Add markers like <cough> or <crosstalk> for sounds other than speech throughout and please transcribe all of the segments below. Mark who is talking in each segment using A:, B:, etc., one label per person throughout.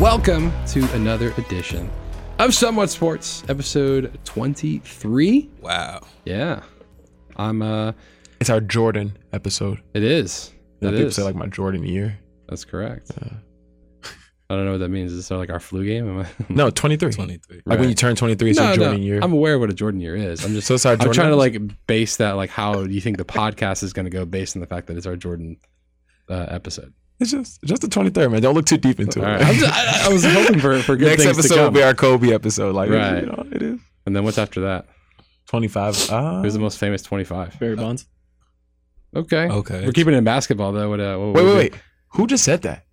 A: Welcome to another edition of Somewhat Sports, episode 23.
B: Wow.
A: Yeah. I'm uh
C: It's our Jordan episode.
A: it is.
C: Yeah,
A: It
C: people
A: is.
C: say like my Jordan year.
A: That's correct.
C: Yeah.
A: I don't know what that means. Is this like our flu game? Am I-
C: <laughs> No, 23.
B: 23.
C: Like when you turn 23, it's your Jordan year.
A: Mm. I'm aware of what a Jordan year is. I'm just
C: <laughs> so it's our Jordan.
A: I'm trying to like base that like how do you think the podcast is going to go based on the fact that it's our Jordan uh, episode.
C: It's just just the 23rd, man. Don't look too deep into
A: All
C: it.
A: right. I'm just- I, I was hoping
C: <laughs>
A: for for good
C: Next
A: things
C: episode
A: to
C: will
A: come.
C: be our Kobe episode. Like,
A: Right.
C: you know, it is
A: and then what's after that? <laughs>
C: 25. Uh,
A: Who's the most famous 25?
D: Barry Bonds.
A: Okay.
B: Okay.
A: We're keeping it in basketball though. What, uh, what
C: wait,
A: would
C: wait,
A: we-
C: wait. Who just said that?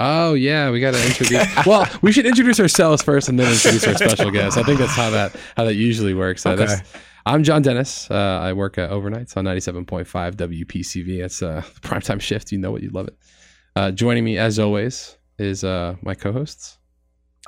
A: Oh yeah, we got to introduce. well, we should introduce ourselves first and then introduce our special guest. I think that's how that how that usually works. Uh, that's- I'm John Dennis. Uh, I work uh, overnights on 97.5 WPCV. That's uh, primetime shift. You know what? You love it. Uh, joining me as always is uh, my co-hosts,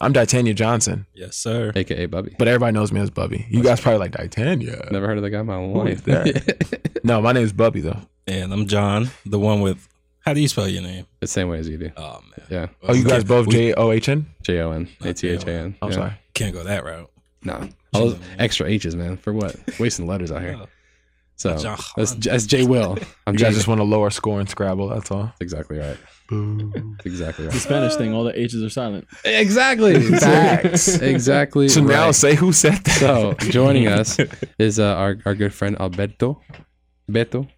C: I'm Titania Johnson,
B: Yes, sir.
A: aka Bubby.
C: but everybody knows me as Bubby. You guys probably like Titania.
A: Never heard of the guy in my
C: is
A: life.
C: that? No, my name is Bubby, though.
B: And I'm John, the one with. How do you spell your name?
A: <laughs> the same way as you do.
B: Oh man.
A: Yeah,
C: Oh, you guys both J O H N?
A: J O N A T H A N.
C: I'm
A: Yeah.
C: sorry.
B: Can't go that route.
A: No, all those extra H's, man. For what? Wasting letters out
C: <laughs>
A: here.
B: Oh.
A: So
B: John. <laughs>
A: that's, that's J Will. I'm
C: You
A: J.
C: guys just want a lower score in Scrabble. That's all.
A: Exactly right. That's Exactly
D: The
A: right.
D: Spanish thing, all the H's are silent.
A: Exactly.
C: <laughs> Facts.
A: exactly.
C: So now
A: right.
C: say who said that. <laughs>
A: so joining us is uh, our our good friend Alberto. Beto.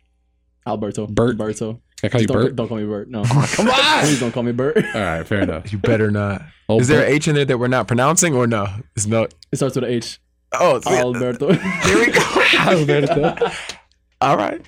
D: Alberto.
A: Bert.
D: Alberto.
A: Can I call you
D: don't,
A: Bert? Oh.
D: Don't call me
A: <laughs>
D: Bert. No.
C: Come on.
D: Please don't call me Bert. <laughs>
A: All right, fair
C: <laughs>
A: enough.
C: You better not.
A: Old
C: Is there
A: Bert-
C: an H in there that we're not pronouncing or no? It's no.
D: It starts with a H.
A: <laughs>
C: Oh, it's- <laughs>
D: Alberto.
C: here we go.
A: Alberto.
C: All right.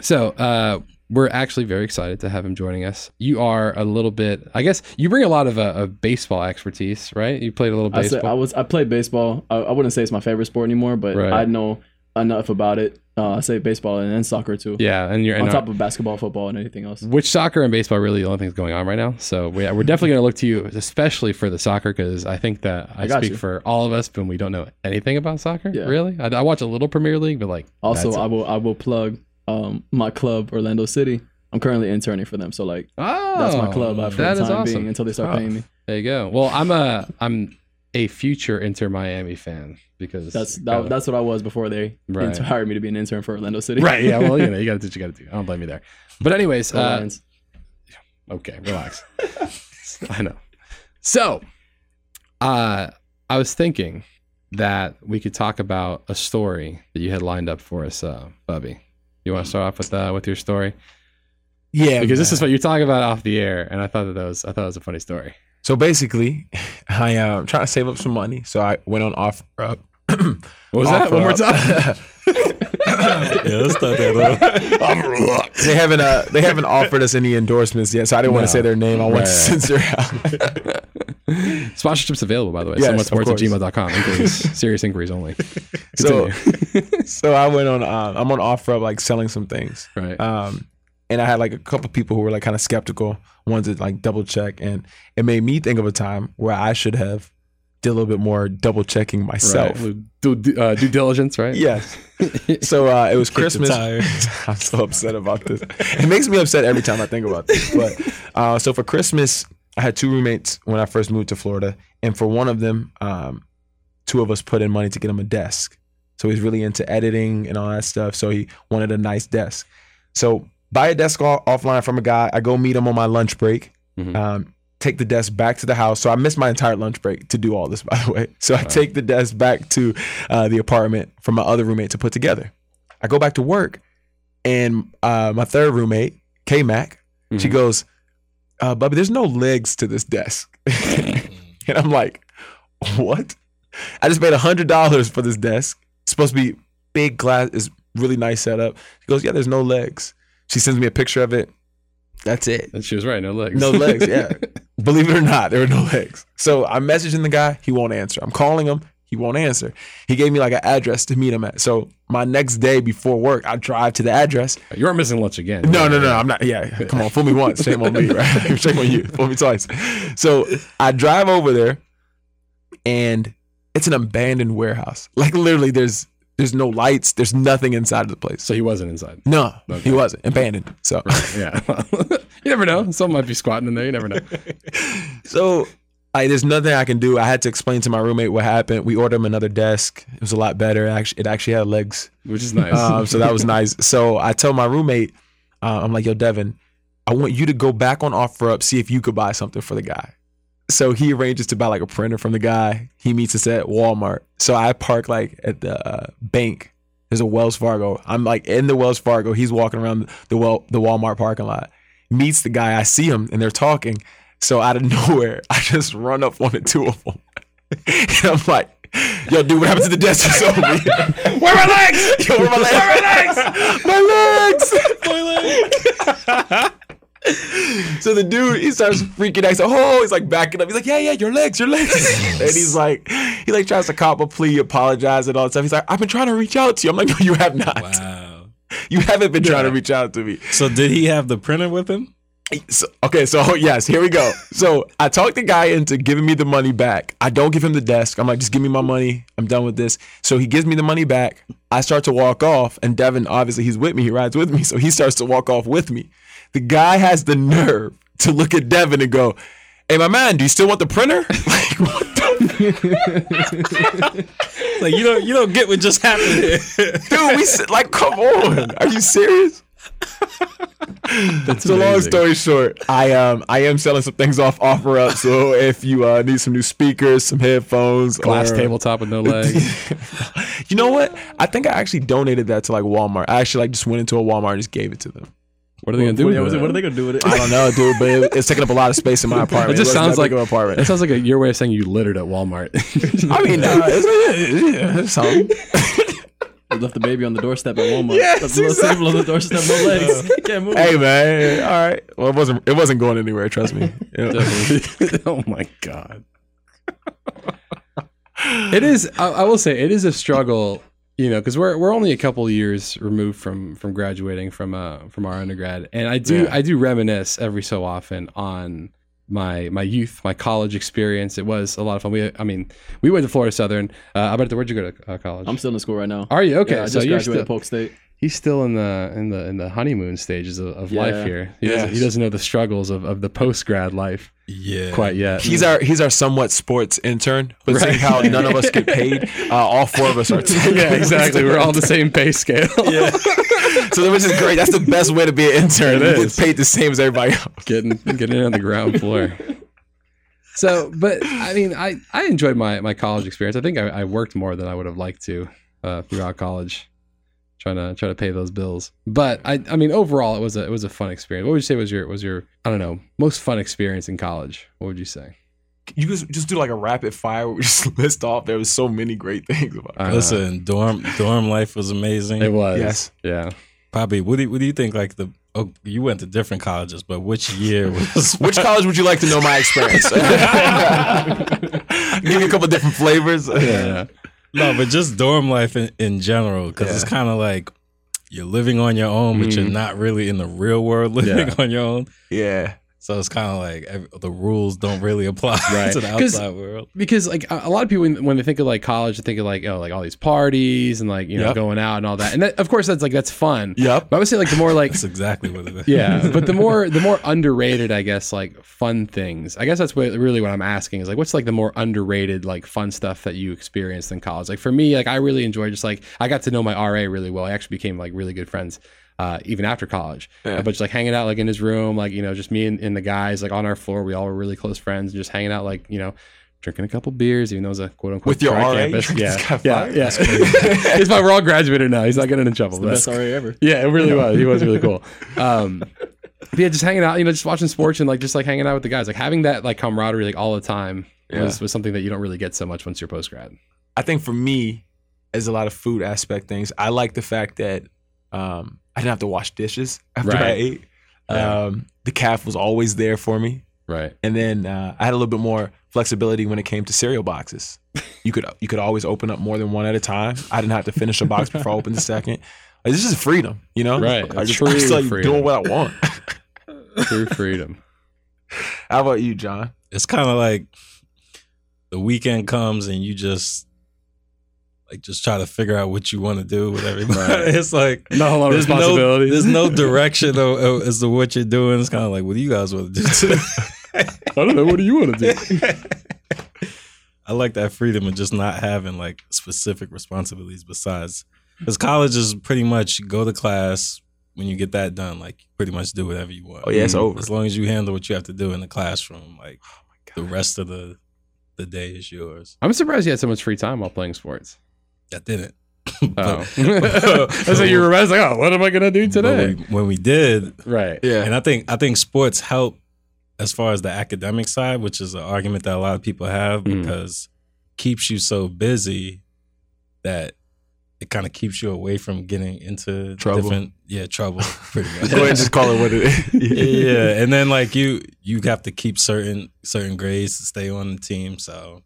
A: so uh, we're actually very excited to have him joining us. You are a little bit, I guess, you bring a lot of uh, of baseball expertise, right? You played a little
D: I said I
A: baseball.
D: was I played baseball. I, I wouldn't say it's my favorite sport anymore, but
A: Right.
D: I know enough about it. Uh, I say baseball and then soccer too.
A: yeah, and you're
D: On
A: and
D: top of basketball, football, and anything else.
A: which soccer and baseball are really the only things going on right now. So we, we're definitely going to look to you, especially for the soccer, because I think that I,
D: I got
A: speak
D: you.
A: for all of us when we don't know anything about soccer.
D: Yeah.
A: Really, I, I watch a little Premier League, but like
D: Also,
A: that's it.
D: I will I will plug um, my club, Orlando City. I'm currently interning for them, so like
A: oh,
D: that's my club. uh, for
A: that
D: the
A: is
D: time
A: awesome.
D: being until they start
C: Oh.
D: paying me.
A: There you go. Well, I'm a I'm a future Inter Miami fan because
D: That's
A: gotta-
D: that, that's what I was before they
A: Right.
D: int- <laughs> hired me to be an intern for Orlando City.
A: right. <laughs> Yeah. Well, you know, you got to do what you got to do. I don't blame you there. But anyways,
D: Go
A: uh,
D: Lions.
A: Okay, relax. <laughs> I know. So, uh, I was thinking that we could talk about a story that you had lined up for us, uh, Bubby. You want to start off with uh, with your story
C: Yeah.
A: because this is what you're talking about off the air, and I thought that, that was I thought it was a funny
C: <laughs>
A: story.
C: So basically, <laughs> I am um, trying to save up some money. So I went on offer up.
A: What was that? One more time.
C: <laughs>
B: yeah, let's start that up.
C: they haven't uh, they haven't offered us any endorsements yet, so I didn't want
A: No.
C: to say their name. I want
A: Right.
C: to censor out. <laughs>
A: Sponsorships available, by the way.
C: Yes,
A: Yes,
C: of
A: sports at
C: course.
A: gmail.com.
C: <laughs>
A: Inquiries, serious inquiries only.
C: so so I went on um, I'm on offer up like selling some things.
A: <laughs> Right.
C: um, and I had like a couple people who were like kind of skeptical, wanted to like double check, and it made me think of a time where I should have did a little bit more double checking myself.
A: Right. Do, do- uh, due diligence, right?
C: Yes. <laughs> so uh, it was Christmas.
B: tire.
C: <laughs> I'm so upset about this. It makes me upset every time I think about this. But uh, so for Christmas, I had two roommates when I first moved to Florida, and for one of them, um, two of us put in money to get him a desk. So he's really into editing and all that stuff. So he wanted a nice desk. So buy a desk off- offline from a guy. I go meet him on my lunch break.
A: Mhm.
C: Um, take the desk back to the house. So I missed my entire lunch break to do all this, by the way. So I take the desk back to uh, the apartment for my other roommate to put together. I go back to work, and uh, my third roommate, K Mac, she
A: Mhm.
C: goes, uh, "Bubby, there's no legs to this desk," <laughs> and I'm like, "What? I just paid hundred dollars for this desk. It's supposed to be big glass. It's really nice setup." She goes, "Yeah, there's no legs." She sends me a picture of it. That's it.
A: And <laughs> she was right. No legs.
C: No legs, yeah. Believe it or not, there were no legs. So I'm messaging the guy, he won't answer. I'm calling him, he won't answer. He gave me like an address to meet him at. So my next day before work, I drive to the address.
A: <laughs> you are missing lunch again.
C: No, no, no, I'm not. Yeah, come on, fool me once, shame on me, right? <laughs> shame on you, fool me twice. So I drive over there, and it's an abandoned warehouse. Like literally, there's There's no lights. There's nothing inside of the place.
A: So he wasn't inside.
C: No,
A: Okay.
C: he wasn't abandoned. So,
A: Yeah. <laughs> you never know. Someone might be squatting in there. You never know.
C: <laughs> so like, there's nothing I can do. I had to explain to my roommate what happened. We ordered him another desk. It was a lot better. Actually, it actually had legs.
A: Which is nice.
D: Uh,
C: Um, so that was nice. So I tell my roommate, uh, I'm like, yo, Devin, I want you to go back on offer up, see if you could buy something for the guy. So he arranges to buy like a printer from the guy. He meets us at Walmart. So I park like at the uh, bank. There's a Wells Fargo. I'm like in the Wells Fargo. He's walking around the well, the Walmart parking lot. Meets the guy. I see him and they're talking. So out of <laughs> nowhere, I just run up on the two of them. <laughs> and I'm like, yo, dude, what happened to the desk? It's over. where my legs? Yo, where my legs? <laughs> my legs? So the dude, he starts freaking out. He's like, oh, he's like backing up. He's like, yeah, yeah, your legs, your legs. and he's like, he like tries to cop a plea, apologize, and all that stuff. He's like, I've been trying to reach out to you. I'm like, no, you have not.
B: Wow.
C: You haven't been trying to reach out to me.
B: So did he have the printer with him?
C: So- okay, so <laughs> yes, here we go. So I talked the guy into giving me the money back. I don't give him the desk. I'm like, just give me my money. I'm done with this. So he gives me the money back. I start to walk off, and Devin, obviously, he's with me. He rides with me. So he starts to walk off with me. The guy has the nerve to look at Devin and go, Hey, my man, do you still want the printer? <laughs> Like, what the
B: Like you don't you don't get what just happened here.
C: dude? We s- like, come on. Are you serious?
A: That's
C: So long
A: amazing.
C: story short, I um I am selling some things off offer up. So if you uh, need some new speakers, some headphones,
A: <laughs> Glass
C: or- <laughs>
A: tabletop with no legs.
C: You know what? I think I actually donated that to like Walmart. I actually like just went into a Walmart and just gave it to them.
A: What are
D: <laughs>
A: they gonna do?
D: What,
A: with
D: yeah, what,
A: that?
D: what are they gonna do with it?
C: I don't know, dude, but it, it's taking up a lot of space in my apartment.
A: It just
C: wasn't
A: sounds
C: that
A: like
C: big of an
A: It
C: apartment.
A: sounds like a, your way of saying you littered at
D: <laughs>
A: Walmart. <laughs>
C: I mean, uh, it's, yeah, yeah, it's all-
D: They left the baby on the doorstep at Walmart.
C: Yes,
D: left the little
C: exactly.
D: table on the doorstep, no legs. Can't move.
C: Hey man, all right. Well, it wasn't it wasn't going anywhere. Trust
A: <laughs>
C: me. Yeah.
A: oh my god. <laughs> It is. I, I will say it is a struggle. You know, because we're we're only a couple years removed from from graduating from uh from our undergrad, and I do
C: Yeah.
A: I do reminisce every so often on my my youth, my college experience. It was a lot of fun. We I mean we went to Florida Southern. Uh, Alberto, where'd you go to uh, college?
D: I'm still in school right now.
A: Are you okay?
D: Yeah, I
A: so
D: just
A: you're still,
D: graduated Polk State.
A: he's still in the in the in the honeymoon stages of, of life
D: Yeah.
A: here. He, doesn't, he
C: Yes.
A: doesn't know the struggles of, of the post grad life
B: Yeah.
A: quite yet.
C: He's our he's our somewhat sports intern, but seeing <laughs> how none of us get paid, uh, all four of <laughs> us are.
A: <laughs> yeah, exactly. We're <laughs> all the same pay scale.
B: Yeah.
C: <laughs> So which is great. That's the best way to be an intern.
A: It
C: You
A: is.
C: get paid the same as everybody else.
A: <laughs> getting getting in on the ground floor. So, but I mean, I I enjoyed my my college experience. I think I, I worked more than I would have liked to uh, throughout college, trying to try to pay those bills. But I I mean, overall, it was a it was a fun experience. What would you say was your was your I don't know most fun experience in college? What would you say?
C: you just just do like a rapid fire where we just <laughs> list off. There was so many great things about it.
A: Uh,
B: Listen, dorm dorm life was amazing.
A: it was
C: Yes.
A: yeah.
B: Bobby, what do you, what do you think? Like the oh, you went to different colleges, but which year <laughs> was
C: <laughs> Which college would you like to know my experience? <laughs> Give you a couple different flavors.
A: yeah.
B: no? But just dorm life in, in general, because it's kind of like you're living on your own, but you're
A: Mhm.
B: not really in the real world <laughs> living
A: Yeah.
B: on your own.
C: Yeah.
B: So it's kind of like ev the rules don't really <laughs> apply
A: Right.
B: to the
A: 'Cause-
B: outside world.
A: because like a a lot of people when- when they think of like college they think of like oh like all these parties and like you know
C: Yep.
A: going out and all that and that, of course that's like that's fun
C: Yep.
A: but i would say like the more like
B: That's exactly what
C: <laughs>
B: it is. <laughs>
A: yeah but the more the more underrated i guess like fun things i guess that's what really what i'm asking is like what's like the more underrated like fun stuff that you experienced in college like for me like i really enjoyed just like i got to know my ra really well i actually became like really good friends uh, even after college
C: Yeah.
A: but just like hanging out like in his room like you know just me and, and the guys like on our floor we all were really close friends just hanging out like you know drinking a couple beers even though it was a quote unquote
C: With your RA?
A: campus.
C: <laughs> You
A: yeah
C: just got
A: yeah
C: fired?
A: yeah <laughs> it's my we're all graduated now he's not getting in trouble
D: The
A: but-
D: best RA ever.
A: yeah, it really was. He was really <laughs> cool. Um, but yeah, just hanging out, you know, just watching sports and like just like hanging out with the guys, like having that like camaraderie like all the time
C: Yeah.
A: was, was something that you don't really get so much once you're post grad.
C: I think for me, there's a lot of food aspect things. I like the fact that um, I didn't have to wash dishes <laughs> after I
A: Right.
C: ate.
A: Yeah.
C: Um, the calf was always there for me.
A: Right.
C: and then uh, I had a little bit more flexibility when it came to cereal boxes. You could you could always open up more than one at a time. I didn't have to finish a box before I opened the second. Like, this is freedom, you know.
A: Right.
C: I just,
A: True
C: I'm just like
A: freedom.
C: doing what I want.
A: True freedom.
C: How about you, John?
B: it's kind of like the weekend comes and you just like just try to figure out what you want to do with <laughs> everybody. It's like
A: Not a lot of
B: there's no
A: responsibilities. <laughs>
B: there's no direction of, of- as to what you're doing. It's kind of like what do you guys want to do? <laughs> Too?
A: <laughs> I don't know. What do you want to do?
B: I like that freedom of just not having like specific responsibilities besides because college is pretty much go to class. When you get that done, like you pretty much do whatever you want.
C: Oh yeah, it's
A: Mm.
C: over.
B: As long as you handle what you have to do in the classroom, like the rest of the the day is yours.
A: <laughs> I'm surprised you had so much free time while playing sports.
B: I <laughs> didn't.
A: Oh. <laughs>
B: But-
A: That's what you were I was like, oh, what am I going to do today?
B: But we- when we did,
A: right.
C: Yeah.
B: and I think I think sports help as far as the academic side, which is an argument that a lot of people have
A: Mm.
B: because keeps you so busy that it kind of keeps you away from getting into
C: Trouble.
B: Different, yeah, trouble. Pretty
C: <laughs>
B: much.
C: Go ahead and just call it what it <laughs> is.
B: <laughs> yeah, and then like you you have to keep certain certain grades to stay on the team. So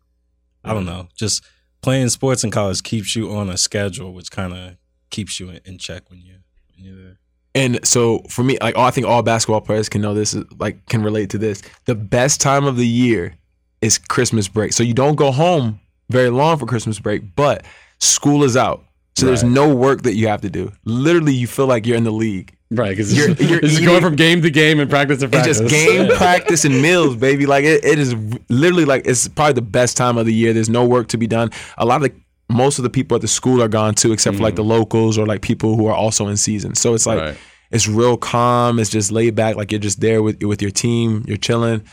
B: I don't know, just playing sports in college keeps you on a schedule, which kind of keeps you in, in check when you when you're there.
C: And so for me, like all, I think all basketball players can know this, is- like can relate to this. The best time of the year is Christmas break. So you don't go home very long for Christmas break, but school is out. So there's no work that you have to do. Literally, you feel like you're in the
A: <laughs>
C: league.
A: Right. Because
C: You're-
A: it's,
C: you're
A: <laughs> it's
C: eating-
A: going from game to game and practice to
C: It's
A: practice. <laughs>
C: just game practice and meals, baby. Like it, it is literally like it's probably the best time of the year. There's no work to be done. A lot of the most of the people at the school are gone too, except
A: Mm.
C: for like the locals or like people who are also in season. So it's like
A: Right.
C: it's real calm. It's just laid back. Like you're just there with with your team. You're chilling.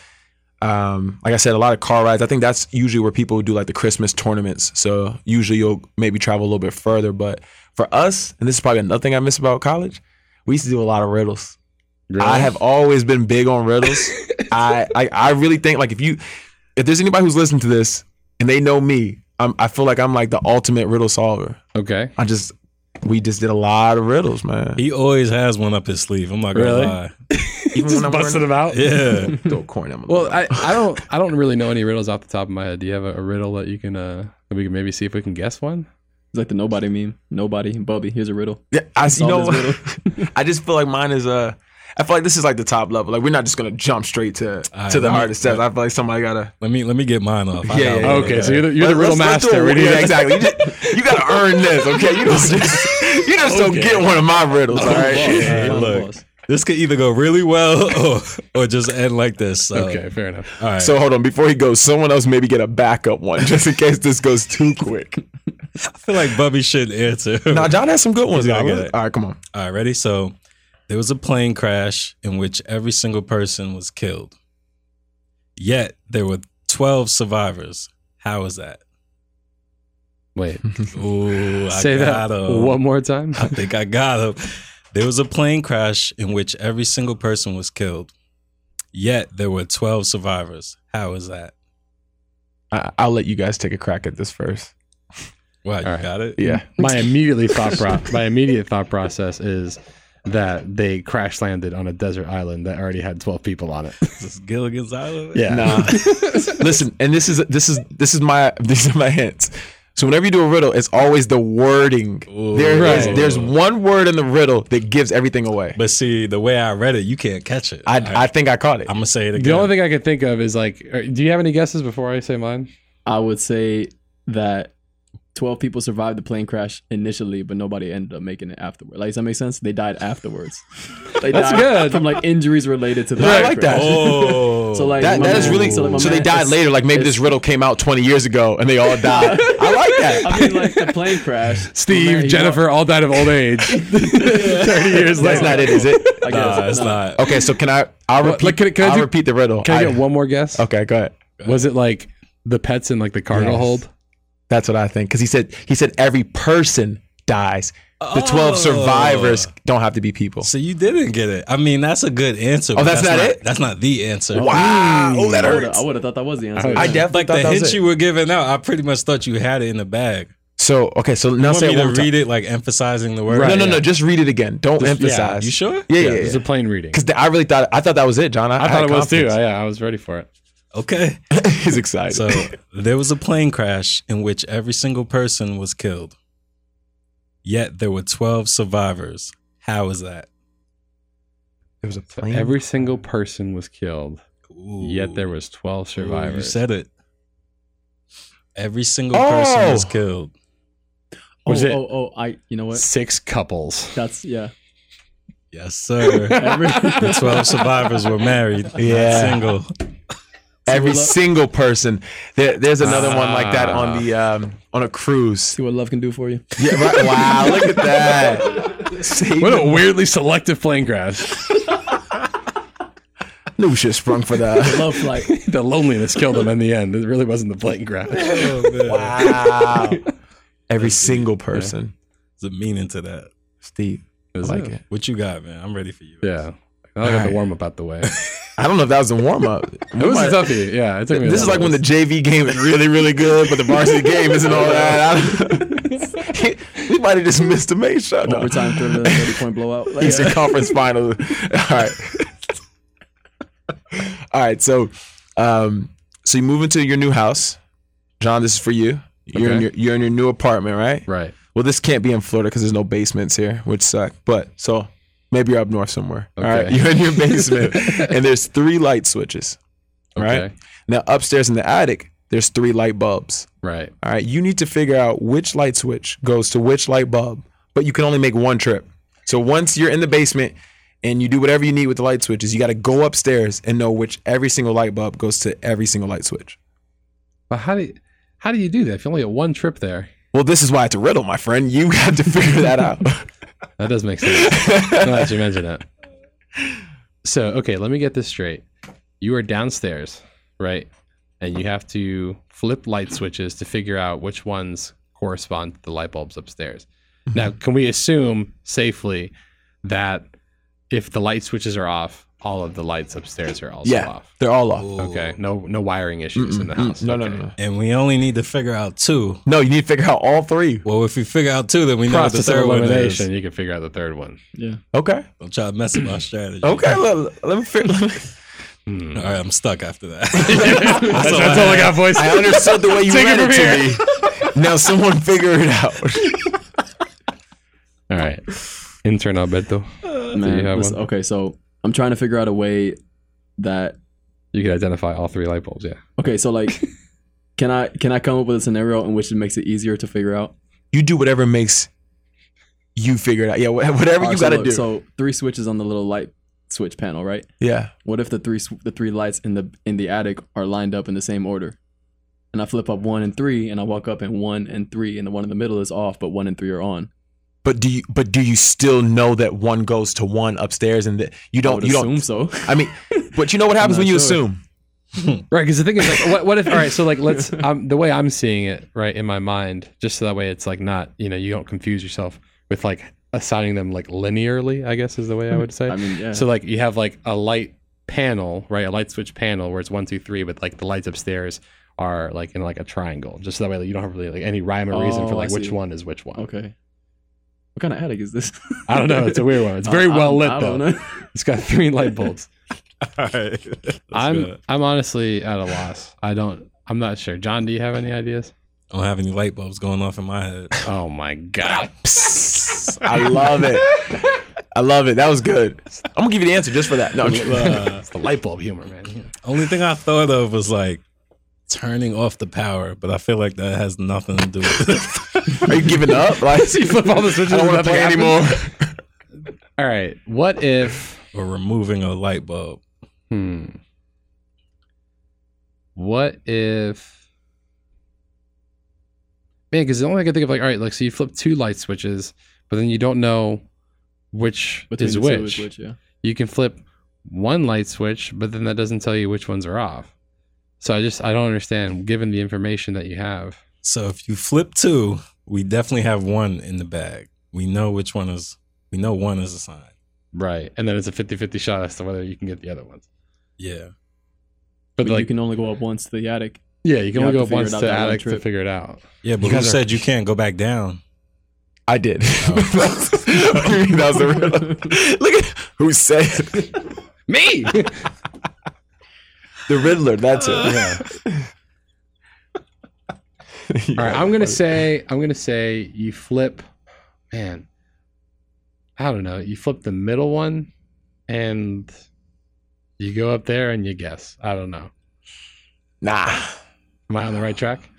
C: Um, like I said, a lot of car rides. I think that's usually where people do like the Christmas tournaments. So usually you'll maybe travel a little bit further. But for us, and this is probably another thing I miss about college, we used to do a lot of riddles. I have always been big on riddles. I, I I really think like if you if there's anybody who's listening to this and they know me, I'm, I feel like I'm like the ultimate riddle solver.
A: Okay.
C: I just we just did a lot of riddles, man.
B: He always has one up his sleeve. I'm not gonna
A: Really?
B: lie.
C: Even when I'm wearing-
A: them <laughs> out.
B: Yeah.
C: Throw a coin at my
A: Well,
C: little-
A: I, I don't I don't really know any riddles off the top of my head. Do you have a, a riddle that you can uh that we can maybe see if we can guess one?
D: like the nobody meme. Nobody, Bubby. Here's a riddle.
C: Yeah, I you know.
D: Solve this
C: <laughs> I just feel like mine is Uh, I feel like this is like the top level. Like we're not just gonna jump straight to
B: All right,
C: to the
B: let me-
C: hardest steps. I feel like somebody gotta.
B: let me let me get mine off. I
C: Yeah,
B: got
C: yeah,
B: one.
A: Okay, so you're the, you're the
C: Let's-
A: riddle
C: let's- let's
A: master.
C: do it.
A: We need <laughs>
C: yeah,
A: to-
C: exactly. You, just, you gotta earn this, okay? <laughs> You don't just you just don't get one of my riddles, all right?
B: Hey,
D: Final
B: look.
D: boss.
B: this could either go really well <laughs> or, or just end like this. So.
A: Okay, fair enough.
B: All
C: <laughs>
B: right.
C: So hold on, before he goes, someone else maybe get a backup one just in case this goes too quick.
B: I feel like Bubby shouldn't answer.
A: <laughs>
C: Now John has some good ones.
B: He's
C: All
B: gonna get
C: right,
B: it.
C: all right, come on.
B: All right, ready? So there was a plane crash in which every single person was killed. Yet there were 12 survivors. How is that?
A: Wait, <laughs>
B: Ooh, I
A: say
B: got
A: that
B: him.
A: one more time.
B: I think I got him. There was a plane crash in which every single person was killed. Yet there were 12 survivors. How is that?
C: I, I'll let you guys take a crack at this first.
B: Wow, you
A: All right.
B: got it?
C: Yeah.
A: My immediately thought <laughs> pro- my immediate thought process is that they crash landed on a desert island that already had twelve people on it.
B: Is this Gilligan's Island?
A: Yeah.
C: Nah. Listen, and this is this is this is my <laughs> these are my hints. So whenever you do a riddle, it's always the wording.
B: Ooh.
C: There is-
A: Right.
C: there's one word in the riddle that gives everything away.
B: But see, the way I read it, you can't catch it.
C: I
B: All right,
C: I think I caught it.
B: I'm gonna say it again.
A: The only thing I could think of is like, uh, do you have any guesses before I say mine?
D: I would say that 12 people survived the plane crash initially, but nobody ended up making it afterward. Like, does that make sense? They died afterwards. They
A: That's
D: died
A: good.
D: From like injuries related to the
C: I
D: plane
C: like that.
D: crash.
C: <laughs>
B: Oh,
D: So, like,
C: That,
D: my
C: that is
D: man-
C: really
D: so,
C: so,
D: like, my
C: they
D: man-
C: died
D: it's-
C: later. Like maybe
D: it's-
C: this riddle came out 20 years ago and
A: <laughs>
C: they all died. I like that.
D: I mean, like the plane crash.
C: <laughs>
A: Steve,
D: Remember, he
A: Jennifer, all died of old age. <laughs> Thirty years
C: That's
A: later.
C: not it,
A: <laughs>
C: is it?
D: walked- I guess.
B: nah, it's
D: Nah.
B: not.
C: Okay, so can I? I'll
A: What,
C: repeat.
A: like, can- can I
C: I'll
A: do-
C: repeat the riddle.
A: Can I
C: I-
A: get one more guess?
C: Okay, go ahead.
A: Was it like the pets in like the cargo
C: Yes.
A: hold?
C: That's what I think. Because he said he said every person dies. The 12
B: Oh.
C: survivors don't have to be people.
B: So you didn't get it. I mean, that's a good answer. but
C: Oh, that's not it?
B: That's not the answer.
C: Wow, oh, that
D: I would've-
C: hurts.
D: I would have thought that was the answer.
A: I
C: I
A: Yeah.
C: definitely
B: Like
C: thought
B: the
C: that was
B: hint
C: it.
B: you were giving out, I pretty much thought you had it in the bag.
C: So okay, so now
B: You
C: say it one
B: want me to
C: more time.
B: read it like emphasizing the word?
A: Right.
C: No, no,
A: Yeah.
C: no. Just read it again. Don't emphasize.
B: You sure?
C: Yeah, yeah, yeah.
A: It's a plain reading.
C: Because I really thought I thought that was it, John. I,
A: I thought
C: had
A: it was too.
C: confidence.
A: I, yeah, I was ready for it.
B: Okay.
C: <laughs> He's excited.
B: So there was a plane crash in which every single person was killed. Yet there were 12 survivors. How is that?
C: it was a
A: So
C: plane.
A: every single person was killed,
B: Ooh.
A: yet there was twelve
B: Ooh, You
A: survivors.
B: said it. Every single person was
C: Oh.
B: killed.
C: Was
D: oh,
C: it-
D: oh, oh, I. You know what?
A: Six couples.
D: That's yeah.
B: Yes, sir.
D: Every,
C: <laughs>
B: the <laughs> 12 survivors were married.
C: Yeah.
B: Yeah. Single.
C: Every
D: we love-
C: single person. There, there's another one like that on
A: Ah.
C: the um, on a cruise.
D: <laughs> see what love can do for you.
C: Yeah, right? <laughs> Wow, look at that. See,
A: What a weirdly selective plane crash. <laughs>
C: new shit sprung for that.
D: <laughs> Love flight.
A: the loneliness killed them in the end. It really wasn't the plane crash.
B: <laughs> Oh, man.
C: Wow. Every single person.
B: There's a meaning to that.
C: Steve, I like it.
B: What you got, man? I'm ready for you.
A: Yeah. I got
C: Alright.
A: the warm up out the <laughs> way. It
C: I don't know if that was a warm up.
A: was a toughie. Yeah. It took me a
C: This is
A: little
C: like when the JV game is really, really good, but
A: <laughs>
C: the varsity game isn't all that. I don't- <laughs> we might have just missed a main shot. No.
D: Overtime thriller, thirty point blowout. Like,
C: Eastern Conference
A: <laughs>
C: Finals. All right. All right. So, um, so you move into your new house, John. This is for you. You're in
A: Okay.
C: your you're in your new apartment, right?
A: Right.
C: Well, this can't be in Florida because there's no basements here, which suck. But so maybe you're up north somewhere. All right.
A: Okay.
C: You're in
A: <laughs>
C: your basement, and there's three light switches. Right.
A: Okay.
C: Now upstairs in the attic, there's three light bulbs.
A: Right.
C: All right, you need to figure out which light switch goes to which light bulb, but you can only make one trip. So once you're in the basement and you do whatever you need with the light switches, you got to go upstairs and know which every single light bulb goes to every single light switch.
A: But how do you, how do you do that? If you only get one trip there,
C: Well, this is why it's a riddle, my friend. You <laughs> have to figure that <laughs> out.
A: that does make sense. now that you mention it. So okay, let me get this straight. You are downstairs, right? And you have to flip light switches to figure out which ones correspond to the light bulbs upstairs.
C: Mm-hmm.
A: Now, can we assume safely that if the light switches are off, all of the lights upstairs are also
C: Yeah.
A: off?
C: They're all off.
B: Ooh.
A: Okay, no no wiring issues in the
C: Mm-mm.
A: house.
C: No, no,
A: Okay.
C: no, no.
B: And we only need to figure out two.
C: No, you need to figure out all three.
B: Well, if we figure out two, then we know what the
A: Process of
B: third one is.
A: elimination. You can figure out the third one.
D: yeah.
C: Okay.
B: Don't try to mess up my strategy.
C: Okay. Let, let me figure. let me-
B: All right, I'm stuck after that.
C: <laughs>
A: that's,
B: all
A: Hmm. that's
B: I
A: all I got, boys.
C: I understood the way you
A: Take
C: read
A: it
C: it,
A: from
C: to me. Now someone figure it out.
A: All right. Intern Alberto,
D: Man,
A: you have
D: listen,
A: one?
D: okay, so I'm trying to figure out a way that
A: you can identify all three light bulbs. Yeah.
D: okay,
C: <laughs>
D: so like, can I can I come up with a scenario in which it makes it easier to figure out?
C: You do whatever makes you figure it out. Yeah, wha- whatever you
D: Alright,
C: got to
D: so look,
C: do.
D: So three switches on the little light switch panel, right?
C: yeah.
D: What if the three sw- the three lights in the in the attic are lined up in the same order? And I flip up one and three, and I walk up and one and three, and the one in the middle is off, but one and three are on.
C: But do you but do you still know that one goes to one upstairs and that you
D: I
C: don't
D: would
C: you
D: assume
C: don't
D: so.
C: <laughs> I mean but you know what happens
D: not
C: when you
D: sure.
C: assume?
A: Right. Because the thing is, like, what, what if? All right. So, like,
D: <laughs>
A: let's. Um, the way I'm seeing it, right, in my mind, just so that way it's like not, you know, you don't confuse yourself with like assigning them like linearly. I guess is the way I would say.
D: I mean, yeah.
A: So like you have like a light panel, right? A light switch panel where it's one, two, three, but like the lights upstairs are like in like a triangle. Just so that way like, you don't have really like any rhyme or reason for
D: Oh,
A: like
D: I
A: which
D: see.
A: one is which one.
D: okay. What kind of attic is this?
A: I don't know. It's a weird one. It's
D: <laughs> I-
A: very
D: I
A: well
D: don't-
A: lit
D: I
A: though.
C: <laughs>
D: don't know.
A: It's got three
D: <laughs>
A: light bulbs.
B: All <laughs> right. Let's
A: I'm
B: go.
A: I'm honestly at a loss. I don't. I'm not sure. John, do you have any ideas?
B: I don't have any light bulbs going off in my head.
A: Oh my <laughs> god.
C: Psst. I love it.
A: <laughs>
C: I love it. That was good. I'm gonna give you the answer just for that. No, I'm kidding.
B: Uh,
A: It's the light bulb humor, man.
B: only thing I thought of was like turning off the power, but I feel like that has nothing to do with
C: <laughs>
B: it.
C: are you
A: <laughs>
C: giving up? Like
A: you flip all the switches
C: I don't
A: and
C: want to
A: nothing
C: play
A: happens?
C: anymore.
A: All right. What if
B: or removing a light bulb.
A: Hmm. What if? Man, because the only thing I can think of, like, all right, like, so you flip two light switches, but then you don't know which
D: Between
A: is
D: the two,
A: which.
D: which, yeah.
A: You can flip one light switch, but then that doesn't tell you which ones are off. So I just I don't understand. Given the information that you have,
B: So if you flip two, we definitely have one in the bag. We know which one is. We know one is a sign.
A: right, and then it's a 50-50 shot as to whether you can get the other ones.
B: Yeah.
A: But,
D: But
A: like,
D: you can only go up once to the attic.
A: yeah, you can
D: you
A: only go
D: have
A: up
D: to figure
A: once
D: it out
A: to
D: that one
A: Attic to
D: trip.
A: figure it out.
D: <laughs>
B: Yeah, but
C: You
B: who
C: guys are-
B: said you can't go back
C: <laughs>
B: down?
C: I did.
A: Oh.
C: <laughs> that was a riddle. Look at who said
A: Me.
C: the Riddler. That's it. <laughs>
A: yeah. All right, I'm gonna say I'm gonna say you flip, man. I don't know. You flip the middle one, and you go up there and you guess. I don't know.
C: Nah.
A: Am I on the right track?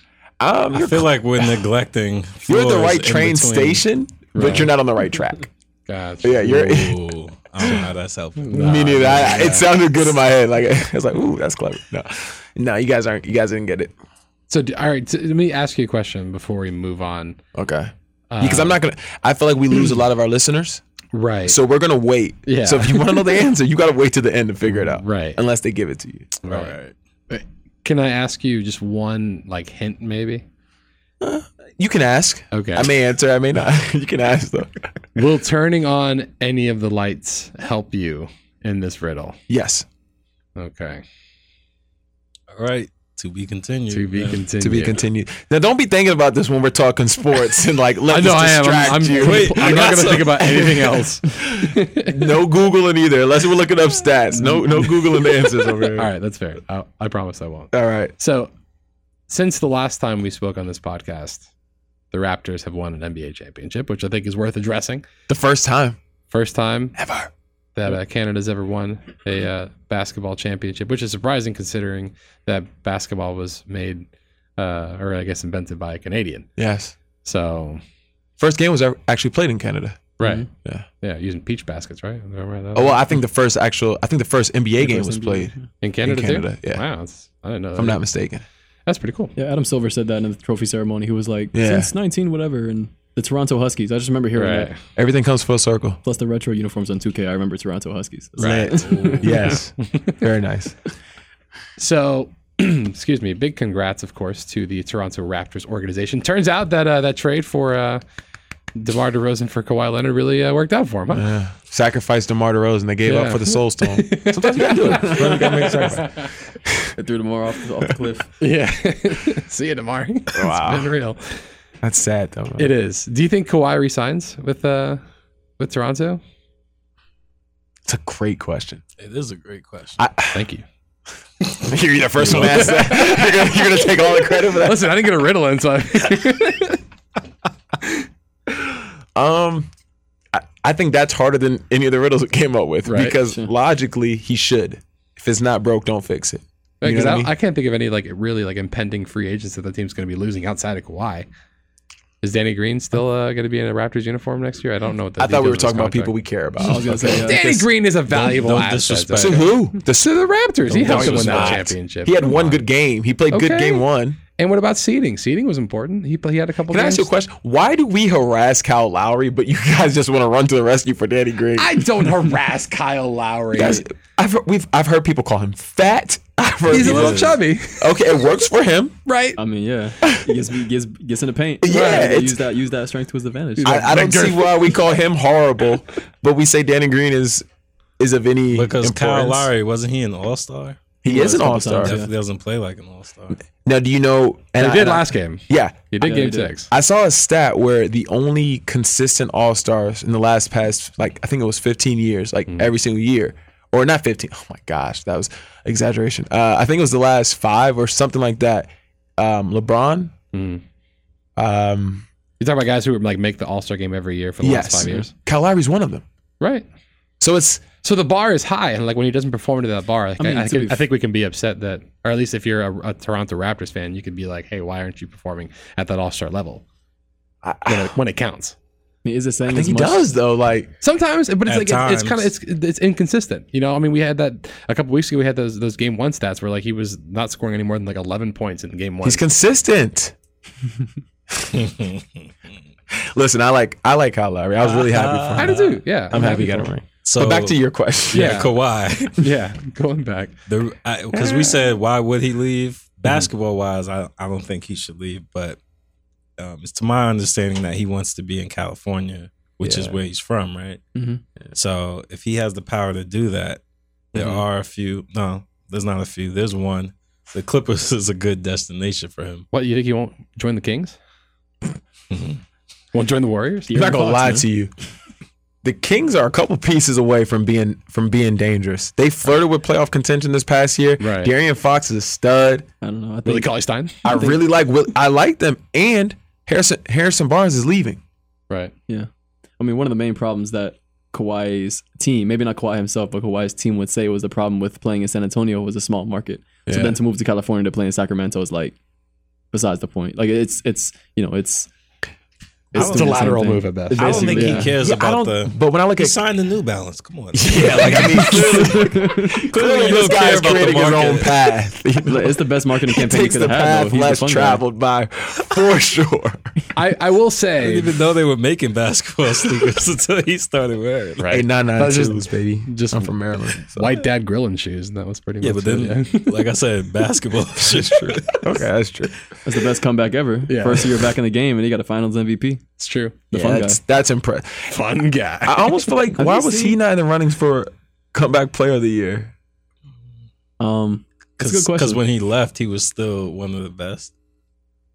C: um,
B: I
C: you're,
B: feel like we're neglecting.
C: you're at the
B: floors
C: right
B: in
C: train
B: between.
C: station, but
A: Right.
C: you're not on the
A: <laughs>
C: right track.
A: Gotcha.
C: Yeah, you're.
B: Ooh, I don't know how that's
C: <laughs>
B: helping.
C: Me neither. I,
A: yeah.
C: It sounded good in my head. Like <laughs> it's like, ooh, that's clever. No, no, you guys aren't. You guys didn't get it.
A: So, d- all right, so let me ask you a question before we move on.
C: Okay. Because I'm not gonna. I feel like we lose a lot of our listeners,
A: Um, Right.
C: so we're gonna wait.
A: Yeah.
C: So if you want to
A: <laughs>
C: know the answer, you gotta wait to the end to figure it out.
A: Right.
C: Unless they give it to you.
B: All
A: right.
B: right.
A: Can I ask you just one like hint, maybe?
C: You can ask.
A: Okay.
C: I may answer. I may not. <laughs> you can ask though.
A: Will turning on any of the lights help you in this riddle?
C: Yes.
A: Okay.
B: All right. To be continued.
A: To be
B: man.
A: continued.
C: To be continued. Now, don't be thinking about this when we're talking sports and like let
A: I know I
C: this
A: am.
C: distract
A: I'm, I'm,
C: <laughs> you.
B: Wait, I
A: I'm not going to
B: got some.
A: think about
C: <laughs>
A: anything else.
C: no googling either, unless we're looking up stats. No, no googling the answers over here.
A: All right, that's fair. I, I promise I won't.
C: All right.
A: So, since the last time we spoke on this podcast, the Raptors have won an NBA championship, which I think is worth addressing.
C: The first time
A: First time
C: ever.
A: that uh, Canada's ever won a uh, basketball championship, which is surprising considering that basketball was made, uh, or I guess invented by a Canadian.
C: Yes.
A: So,
C: First game was ever actually played in Canada.
A: right.
C: Yeah.
A: Yeah, using peach baskets, right? Remember that?
C: Oh well, I think the first actual, I think the first NBA game
D: First
C: was
D: NBA.
C: played.
A: in Canada,
C: in Canada,
A: too?
C: yeah.
A: Wow, that's, I didn't know that.
C: If I'm not mistaken.
A: That's pretty cool.
D: Yeah, Adam Silver said that in the trophy ceremony. He was like,
C: Yeah.
D: since 19 whatever, and the Toronto Huskies. I just remember hearing
A: Right.
D: that.
C: Everything comes full circle.
D: Plus the retro uniforms on 2K. I remember Toronto Huskies. That's
A: Right.
C: <laughs> yes. Very nice.
A: So, <clears throat> excuse me. Big congrats, of course, to the Toronto Raptors organization. Turns out that uh, that trade for uh, DeMar DeRozan for Kawhi Leonard really uh, worked out for him.
C: <laughs>
A: Huh?
C: Yeah. Sacrificed DeMar DeRozan. They gave
A: Yeah.
C: up for the Soul Stone. <laughs> Sometimes you gotta do <laughs> it. You gotta make a sacrifice. <laughs>
D: They threw them more off, off the cliff.
A: Yeah. <laughs> See you, DeMar. <laughs>
C: Wow.
A: it's been real.
C: That's sad though. man.
A: It is. Do you think Kawhi resigns with uh, with Toronto?
C: It's a great question.
B: It is a great question.
A: Thank you.
C: <laughs> You're the first one to <laughs> ask that. You're gonna, you're gonna take all the credit for that.
A: Listen, I <laughs> didn't get a riddle in, so
C: Um, I, I think that's harder than any of the riddles we came up with
A: Right.
C: because logically he should. If it's not broke, don't fix it. You know
A: because
C: what I
A: I,
C: mean?
A: I can't think of any like really like impending free agents that the team's going to be losing outside of Kawhi. Is Danny Green still uh, going to be in a Raptors uniform next year? I don't know what the
C: I thought we were
A: details of
C: talking
A: his contract-
C: about people we care about.
D: <laughs> I
C: <laughs>
D: was going to say, yeah.
A: Danny Green is a valuable
B: don't
A: asset.
B: disrespect
C: So
A: though.
C: who? The
A: To the Raptors, he helped them win that
C: disrespect.
A: championship.
C: He had
A: Come
C: one
A: on.
C: good game. He played
A: Okay.
C: good game one.
A: And what about seeding? Seeding was important. He play, he had a couple.
C: Can I
A: games.
C: ask you a question? Why do we harass Kyle Lowry, but you <laughs> guys just want to run to the rescue for Danny Green?
A: I don't harass Kyle
C: <laughs>
A: Lowry.
C: Guys, I've heard, we've I've heard people call him fat. I've heard
A: He's a
C: people-
A: little chubby, <laughs>
C: okay. It works for him.
A: right?
D: I
C: <laughs>
D: mean, yeah. He gets, he gets, gets in the paint.
C: Yeah,
D: Right.
C: it's-
D: Use that, use that strength to his advantage.
C: I, I don't see why we call him horrible, but we say Danny Green is is of any
B: because Kyle
C: importance.
B: Lowry wasn't he an all star?
C: he is an all star.
B: Definitely doesn't play like an all star.
C: Now, do you know? And
A: He
C: I-
A: did
C: and I-
A: last game.
C: Yeah,
A: He did
D: Yeah,
A: game
D: he did.
A: six.
C: I saw a stat where the only consistent All Stars in the last past, like I think it was 15 years, like every single year, or not 15. Oh my gosh, that was exaggeration. Uh, I think it was the last five or something like that. Um, LeBron.
A: Mm.
C: Um,
A: You talk about guys who like make the All Star game every year for the
C: yes,
A: last five years,
C: Kyle Lowry's one of them.
A: right?
C: So it's
A: So the bar is high, and like when he doesn't perform to that bar, like, I,
D: I mean,
A: I
D: to
A: think,
D: be
A: I think we can be upset that, or at least if you're a, a Toronto Raptors fan, you could be like, "Hey, why aren't you performing at that All Star level
C: I,
A: when it, when it counts?"
D: I mean, is it saying
C: I think
D: as
C: he
D: much?
C: does though. Like
A: Sometimes, but it's
B: At
A: like it's- it's kind of
B: times.
A: it's it's inconsistent. You know, I mean, we had that a couple weeks ago. We had those those game one stats where like he was not scoring any more than like eleven points in game one.
C: he's consistent. Listen, I like I like Kyle Lowry. I was really happy for him.
A: Uh, I do too. Yeah,
C: I'm happy
A: <laughs>
C: he got a ring.
B: <laughs> So
C: But back to your question.
B: yeah,
A: Yeah.
B: Kawhi.
A: Yeah, going back.
C: <laughs>
B: because we said why would he leave basketball wise I, I don't think he should leave but um, it's to my understanding that he wants to be in california which is
C: Yeah.
B: where he's from right
C: Mm-hmm.
D: Mhm.
B: so if he has the power to do that there
C: Mm-hmm.
A: Mhm.
B: are a few no there's not a few there's one the clippers <laughs> is a good destination for him
A: What you think he won't join the Kings?
B: Mm-hmm.
A: won't join the Warriors?
C: <laughs> I'm not gonna lie to you. The Kings are a couple pieces away from being from being dangerous. They flirted with playoff contention this past year.
A: Right.
C: Darian Fox is a stud.
D: I don't know. I think
A: Willie Cauley Stein.
C: I really like Will. I like them. And Harrison Harrison Barnes is leaving.
A: Right.
D: Yeah. I mean, one of the main problems that Kawhi's team, maybe not Kawhi himself, but Kawhi's team would say was the problem with playing in San Antonio was a small market. So
C: Yeah.
D: then to move to California to play in Sacramento is like, besides the point. Like it's it's you know it's
A: It's,
D: doing
A: a
D: the same
A: lateral
D: thing.
A: move at best.
C: It's
B: I don't think
D: yeah.
B: he cares
C: Yeah, I
B: about
C: don't-
B: the.
C: But when I look
B: He
C: at
B: signed the New Balance. Come <laughs> on.
C: <laughs> yeah, like I mean, clearly,
B: Clearly,
C: this guy is creating his own path. He
D: <laughs> Like, it's the best
C: <laughs>
D: marketing campaign he
C: takes
D: could
C: the
D: have had. Though.
C: path
D: He's
C: less
D: the fun guy.
C: traveled by, <laughs> for sure.
A: I, I will
B: I didn't
A: say
B: even know they were making basketball <laughs> sneakers until he started wearing.
A: <laughs>
B: Right.
C: <laughs> Eight nine nine
A: That's just-
C: twos, baby.
A: just-
C: Just I'm from Maryland. so-
A: white dad grilling shoes, and that was pretty
B: Yeah,
A: much
B: but
A: it.
B: then,
A: yeah. <laughs>
B: <laughs> like I said, <laughs> basketball. shit.
C: Okay, that's true.
D: That's the best comeback ever.
A: Yeah.
D: First year back in the game, and he got a Finals MVP.
A: it's true.
D: The
C: Yeah,
D: fun guy.
C: that's that's impressive.
A: Fun guy. <laughs>
C: I almost feel like
D: Have
C: why
D: you
C: was he
D: seen-
C: not in the runnings for comeback player of the year?
D: Um, That's a good question.
B: Because when he left, he was still one of the best.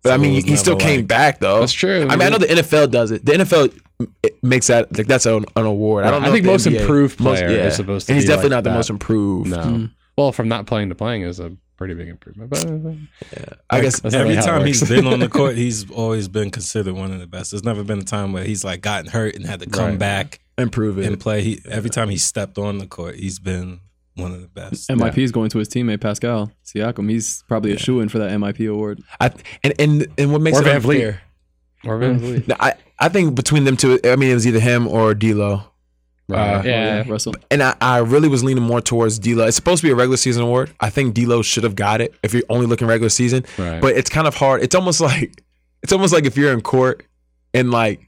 C: But
B: So
C: I
B: it
C: mean,
B: was
C: he still
B: never
C: came
B: like-
C: back though.
A: That's true.
C: I mean, I know the NFL does it. The NFL m- it makes that like that's an, an award. I
A: Right.
C: don't.
A: I
C: Know
A: think
C: if the
A: most
C: NBA
A: improved
C: most-
A: player is supposed to
C: And he's
A: be
C: definitely
A: like
C: not the
A: that.
C: most improved.
A: No.
D: Mm.
A: Well, from not playing to playing is a pretty big improvement. But uh,
C: I guess
A: that's not really
B: Every
A: how it
B: time he's
A: works.
B: been on the court, <laughs> he's always been considered one of the best. There's never been a time where he's like gotten hurt and had to come
A: Right.
B: back
C: improve
B: and
C: it.
B: play. He, every time he stepped on the court, he's been one of the best.
D: MIP is going to his teammate Pascal Siakam. He's probably a shoe in for that MIP award.
C: I, and and and what makes
A: Or
C: it
A: Van Vliet.
C: unfair?
A: Or <laughs> Van Vliet.
C: No, I I think between them two, I mean, it was either him or D'Lo.
A: Right.
C: Uh,
A: yeah.
D: Oh, Russell.
C: And I, I really was leaning more towards D'Lo. It's supposed to be a regular season award. I think D'Lo should have got it if you're only looking regular season.
A: Right.
C: But it's kind of hard. It's almost <laughs> like it's almost like if you're in court and like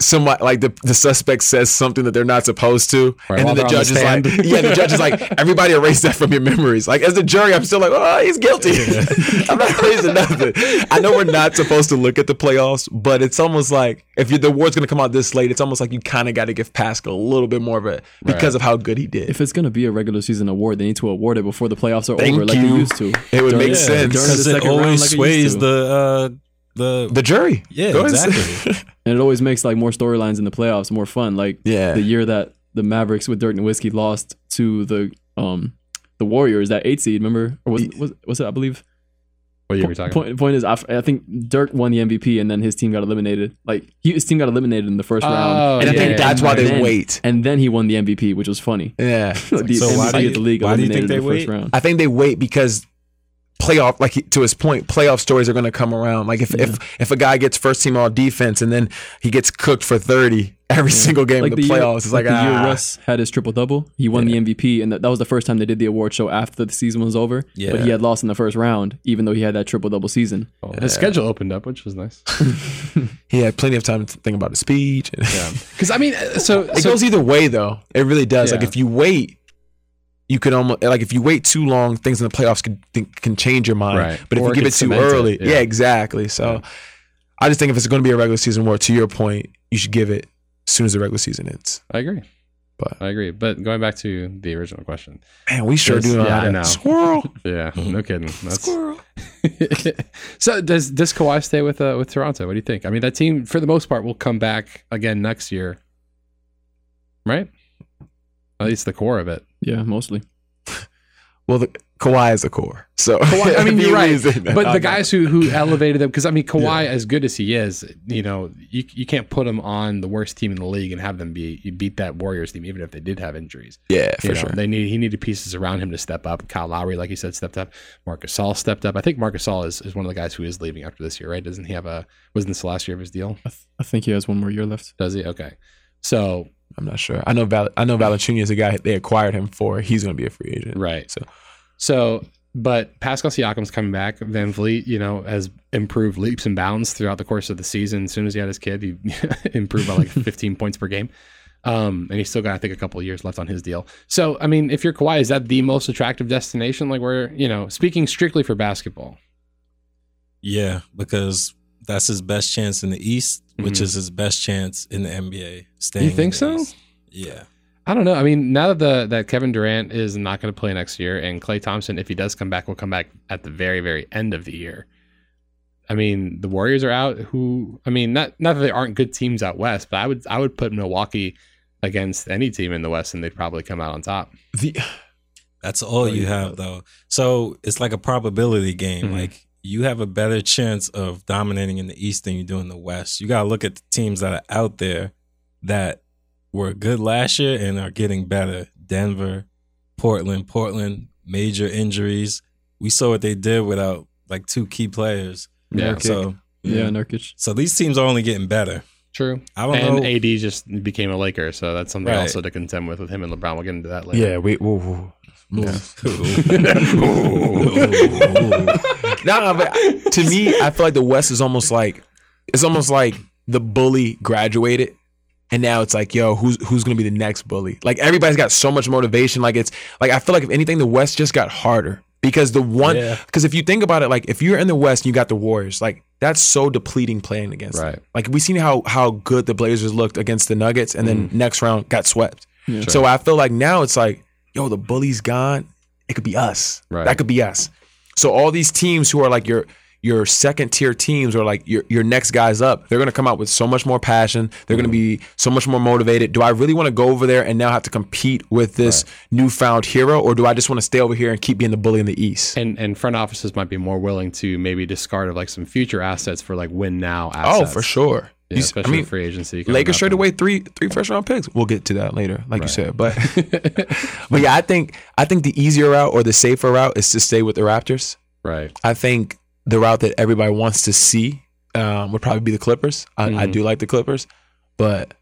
C: somebody like the, the suspect says something that they're not supposed to,
A: Right,
C: and
A: while
C: then the
A: they're on
C: judge
A: the
C: is like,
A: stand.
C: yeah, the judge is like, everybody erase that from your memories. Like as the jury, I'm still like, oh, he's guilty. <laughs> I'm not erasing nothing. I know we're not supposed to look at the playoffs, but it's almost like if you the award's gonna come out this late, it's almost like you kind of got to give Pascal a little bit more of a because of how good he did.
D: If it's gonna be a regular season award, they need to award it before the playoffs are
C: Thank
D: over, like they
C: you.
D: used to.
C: It would make
B: Yeah,
C: sense.
D: during the
B: Because it
D: second round
B: always
D: like it
B: sways
D: used to.
B: the uh, the
C: The jury.
B: Yeah,
C: Go ahead and say-
B: exactly.
D: And it <laughs> always makes like more storylines in the playoffs, more fun. Like
C: Yeah.
D: the year that the Mavericks with Dirk Nowitzki lost to the um the Warriors, that eight seed. Remember, or was was, was it? I believe.
A: what year are we
D: Po-
A: talking
D: point, point is, I, f- I think Dirk won the MVP, and then his team got eliminated. Like he, his team got eliminated in the first
A: Oh,
D: round,
C: and I
A: yeah,
C: think
A: yeah,
C: that's
A: yeah.
C: why they
D: Then-
C: wait.
D: and then he won the MVP, which
C: <laughs>
D: was funny. <laughs>
C: Yeah.
D: the
B: so why do
D: MVP of the
B: you-
D: league
B: why do you think
D: eliminated in the
B: they wait?
D: first round.
C: I think they wait because playoff like he- to his point playoff stories are going to come around like if, if if a guy gets first team all defense and then he gets cooked for 30 every single game in the,
D: year-
C: playoffs it's like,
D: the year
C: ah.
D: Russ had his triple double. He won the MVP, and that, that was the first time they did the award show after the season was over. But he
B: Yeah.
D: had lost in the first round, even though he had that triple double season.
A: about? His schedule opened up, which was <laughs> nice.
C: he had plenty of time to think about his speech <laughs>
A: Yeah. Because I mean, uh, so,
C: it
A: so
C: goes either way though it really does like
A: Yeah.
C: if you wait you could almost like if you wait too long things in the playoffs can think, can change your mind
A: Right.
C: but if
A: Or
C: you
A: it
C: give it
A: gets
C: too
A: cemented,
C: early
A: yeah.
C: yeah. exactly so
A: Yeah.
C: i just think if it's going to be a regular season war to your point you should give it as soon as the regular season ends
A: I agree.
C: But-
A: I agree. But going back to the original question.
C: Man, we sure
A: Yes,
C: do. know
A: yeah,
C: how
A: I
C: to-
A: know.
C: <laughs> Squirrel.
A: Yeah. No kidding. That's
C: Squirrel.
A: <laughs> so does does Kawhi stay with uh, with Toronto? What do you think? I mean, that team for the most part will come back again next year, right? At least the core of
C: <laughs>
A: it.
D: Yeah, mostly.
C: Well, the, Kawhi is the core. So
A: Kawhi, I mean,
C: <laughs> if he
A: you're right,
C: leaves, then
A: But
C: I'm
A: the
C: not-
A: guys who who elevated them, because I mean, Kawhi, as good as he is, you know, you you can't put him on the worst team in the league and have them be you beat that Warriors team, even if they did have injuries.
C: yeah, for
A: You know,
C: sure.
A: They need he needed pieces around him to step up. Kyle Lowry, like you said, stepped up. Marcus All stepped up. I think Marcus All is, is one of the guys who is leaving after this year, right? Doesn't he have a wasn't this the last year of his deal?
D: I, th- I think he has one more year left.
A: Does he? Okay. So
C: I'm not sure. I know. Val, I know. Valanciunas is a guy they acquired him for. He's going to be a free agent.
A: right. So
C: So-
A: so but Pascal Siakam's coming back. Van Vliet, you know, has improved leaps and bounds throughout the course of the season. As soon as he had his kid, he <laughs> improved by like 15 points per game. Um, and he's still got, I think, a couple of years left on his deal. So, I mean, if you're Kawhi, is that the most attractive destination? Like, we're, you know, speaking strictly for basketball.
B: yeah, because that's his best chance in the East, which
A: Mhm.
D: Mm-hmm.
B: is his best chance in the NBA. Staying in
A: think
B: the
A: so?
B: East. Yeah.
A: I don't know. I mean, now that the that Kevin Durant is not going to play next year, and Clay Thompson, if he does come back, will come back at the very, very end of the year. I mean, the Warriors are out. Who? I mean, not not that they aren't good teams out west, but I would I would put Milwaukee against any team in the west, and they'd probably come out on top.
C: The,
B: That's all
C: Oh,
B: you
C: you
B: have,
C: have.
B: though. So it's like a probability game.
A: Mhm.
B: Like you have a better chance of dominating in the East than you do in the West. You gotta look at the teams that are out there that were good last year and are getting better. Denver, Portland, Portland, major injuries. We saw what they did without like two key players.
A: Yeah.
C: Nurkic.
B: So
D: Yeah,
C: <laughs>
D: Nurkic.
B: So these teams are only getting better.
A: True.
B: I don't
A: And
B: know.
A: AD just became a Laker, so that's something
B: Right.
A: also to contend with with him and LeBron. We'll get into that later.
C: yeah, we. Woo, woo. <laughs>
B: <laughs>
C: nah, but to me, I feel like the West is almost like it's almost like the bully graduated, and now it's like, yo, who's who's gonna be the next bully? Like everybody's got so much motivation. Like it's like I feel like if anything, the West just got harder because the one
B: Yeah.
C: because if you think about it, like if you're in the West and you got the Warriors, like that's so depleting playing against. them.
A: Right.
C: Like we seen how how good the Blazers looked against the Nuggets, and then next round got swept.
D: Yeah. Sure.
C: So I feel like now it's like, yo, the bully's gone. It could be us.
A: Right.
C: That could be us. So all these teams who are like your your second tier teams or like your your next guys up, they're gonna come out with so much more passion. They're gonna
A: Mm-hmm.
C: be so much more motivated. Do I really want to go over there and now have to compete with this newfound hero, or do I just want to stay over here and keep being the bully in the East?
A: And and front offices might be more willing to maybe discard of like some future assets for like win now
C: Oh,
A: assets.
C: for sure.
A: Yeah,
C: You s- I
A: especially
C: mean,
A: free agency. coming
C: Lakers
A: up
C: straight
A: and-
C: away three three first round picks. We'll get to that later, like you said.
A: <laughs>
C: But <laughs> but yeah, I think I think the easier route or the safer route is to stay with the Raptors.
A: Right.
C: I think the route that everybody wants to see um, would probably be the Clippers. I, I
A: Mhm.
C: do like the Clippers, but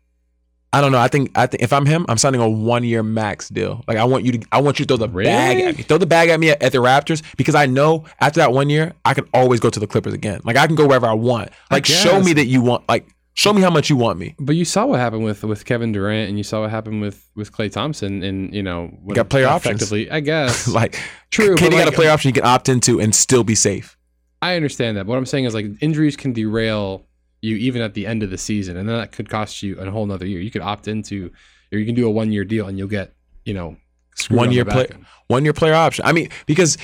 C: I don't know. I think I think if I'm him, I'm signing a one year max deal. Like I want you to I want you to throw the bag
A: Really?
C: at me. Throw the bag at me at, at the Raptors because I know after that one year, I can always go to the Clippers again. Like I can go wherever I want. Like show
A: guess.
C: me that you want like show me how much you want me.
A: But you saw what happened with with Kevin Durant, and you saw what happened with with Clay Thompson, and you know what
C: got player options.
A: effectively. I guess
C: <laughs> Like
A: True,
C: Katie
A: but,
C: got
A: like-
C: a player option you can opt into and still be safe.
A: I understand that. But what I'm saying is like injuries can derail you even at the end of the season, and then that could cost you a whole nother year. You could opt into, or you can do a one year deal, and you'll get you know screwed
C: One
A: on the
C: year play-
A: back end.
C: One year player option. I mean, because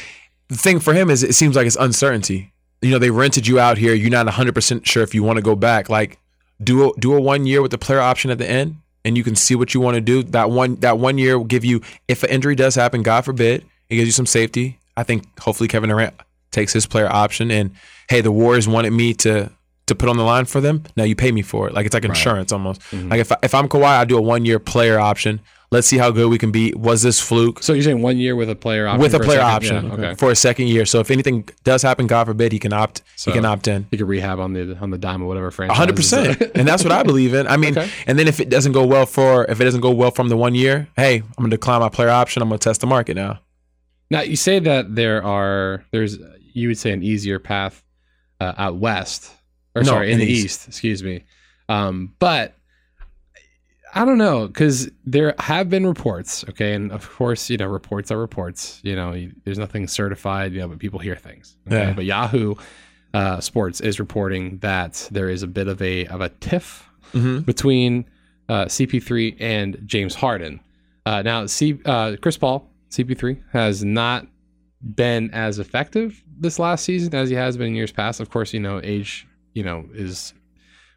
C: the thing for him is it seems like it's uncertainty. You know, they rented you out here. You're not 100% sure if you want to go back. Like do a, do a one year with the player option at the end and you can see what you want to do. That one that one year will give you if an injury does happen, God forbid, it gives you some safety. I think hopefully Kevin Durant takes his player option and hey, the Warriors wanted me to to put on the line for them. Now you pay me for it. Like it's like insurance almost. Like if I, if I'm Kawhi, I do a one year player option. Let's see how good we can be. Was this fluke?
A: So you're saying one year with a player option
C: with a
A: for
C: player
A: second-
C: option
A: yeah, okay.
C: for a second year. So if anything does happen, God forbid, he can opt.
A: So-
C: he can opt in.
A: You could rehab on the on the dime or whatever franchise.
C: hundred percent,
A: <laughs>
C: and that's what I believe in. I mean,
A: Okay.
C: and then if it doesn't go well for if it doesn't go well from the one year, hey, I'm gonna decline my player option. I'm gonna test the market now.
A: Now you say that there are there's you would say an easier path uh, out west or
C: No,
A: sorry in the east. excuse me, um, but I don't know because there have been reports, okay, and of course you know reports are reports. You know, you, there's nothing certified, you know, but people hear things. Okay?
C: Yeah.
A: But Yahoo uh, Sports is reporting that there is a bit of a of a tiff
C: Mm-hmm.
A: between uh, CP3 and James Harden. Uh, now, C, uh, Chris Paul, CP3, has not been as effective this last season as he has been in years past. Of course, you know age, you know is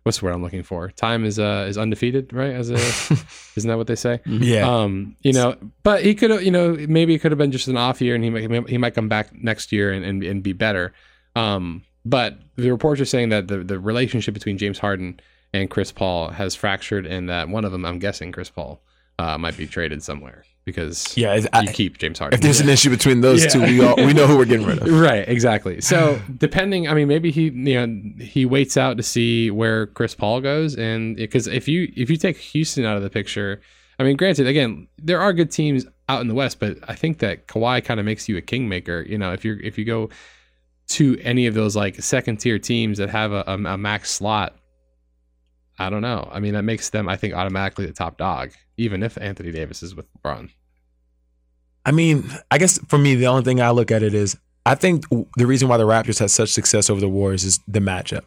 A: what's the word I'm looking for. Time is uh, is undefeated, right? As a <laughs> isn't that what they say? <laughs>
B: yeah.
A: Um, you know, but he could, have you know, maybe it could have been just an off year, and he might he might come back next year and and, and be better. Um, but the reports are saying that the the relationship between James Harden and Chris Paul has fractured, and that one of them, I'm guessing, Chris Paul, uh, might be traded somewhere because
C: Yeah, it's-
A: you
C: I,
A: keep James Harden.
C: if there's an issue between those
A: Yeah.
C: two, we all we know who we're
A: <laughs>
C: getting rid of.
A: Right, exactly. So depending, I mean, maybe he, you know, he waits out to see where Chris Paul goes, and because if you if you take Houston out of the picture, I mean, granted, again, there are good teams out in the West, but I think that Kawhi kind of makes you a kingmaker. You know, if you're if you go to any of those like second tier teams that have a, a, a max slot, I don't know. I mean, that makes them, I think, automatically the top dog, even if Anthony Davis is with LeBron.
C: I mean, I guess for me, the only thing I look at it is I think the reason why the Raptors had such success over the Warriors is the matchup.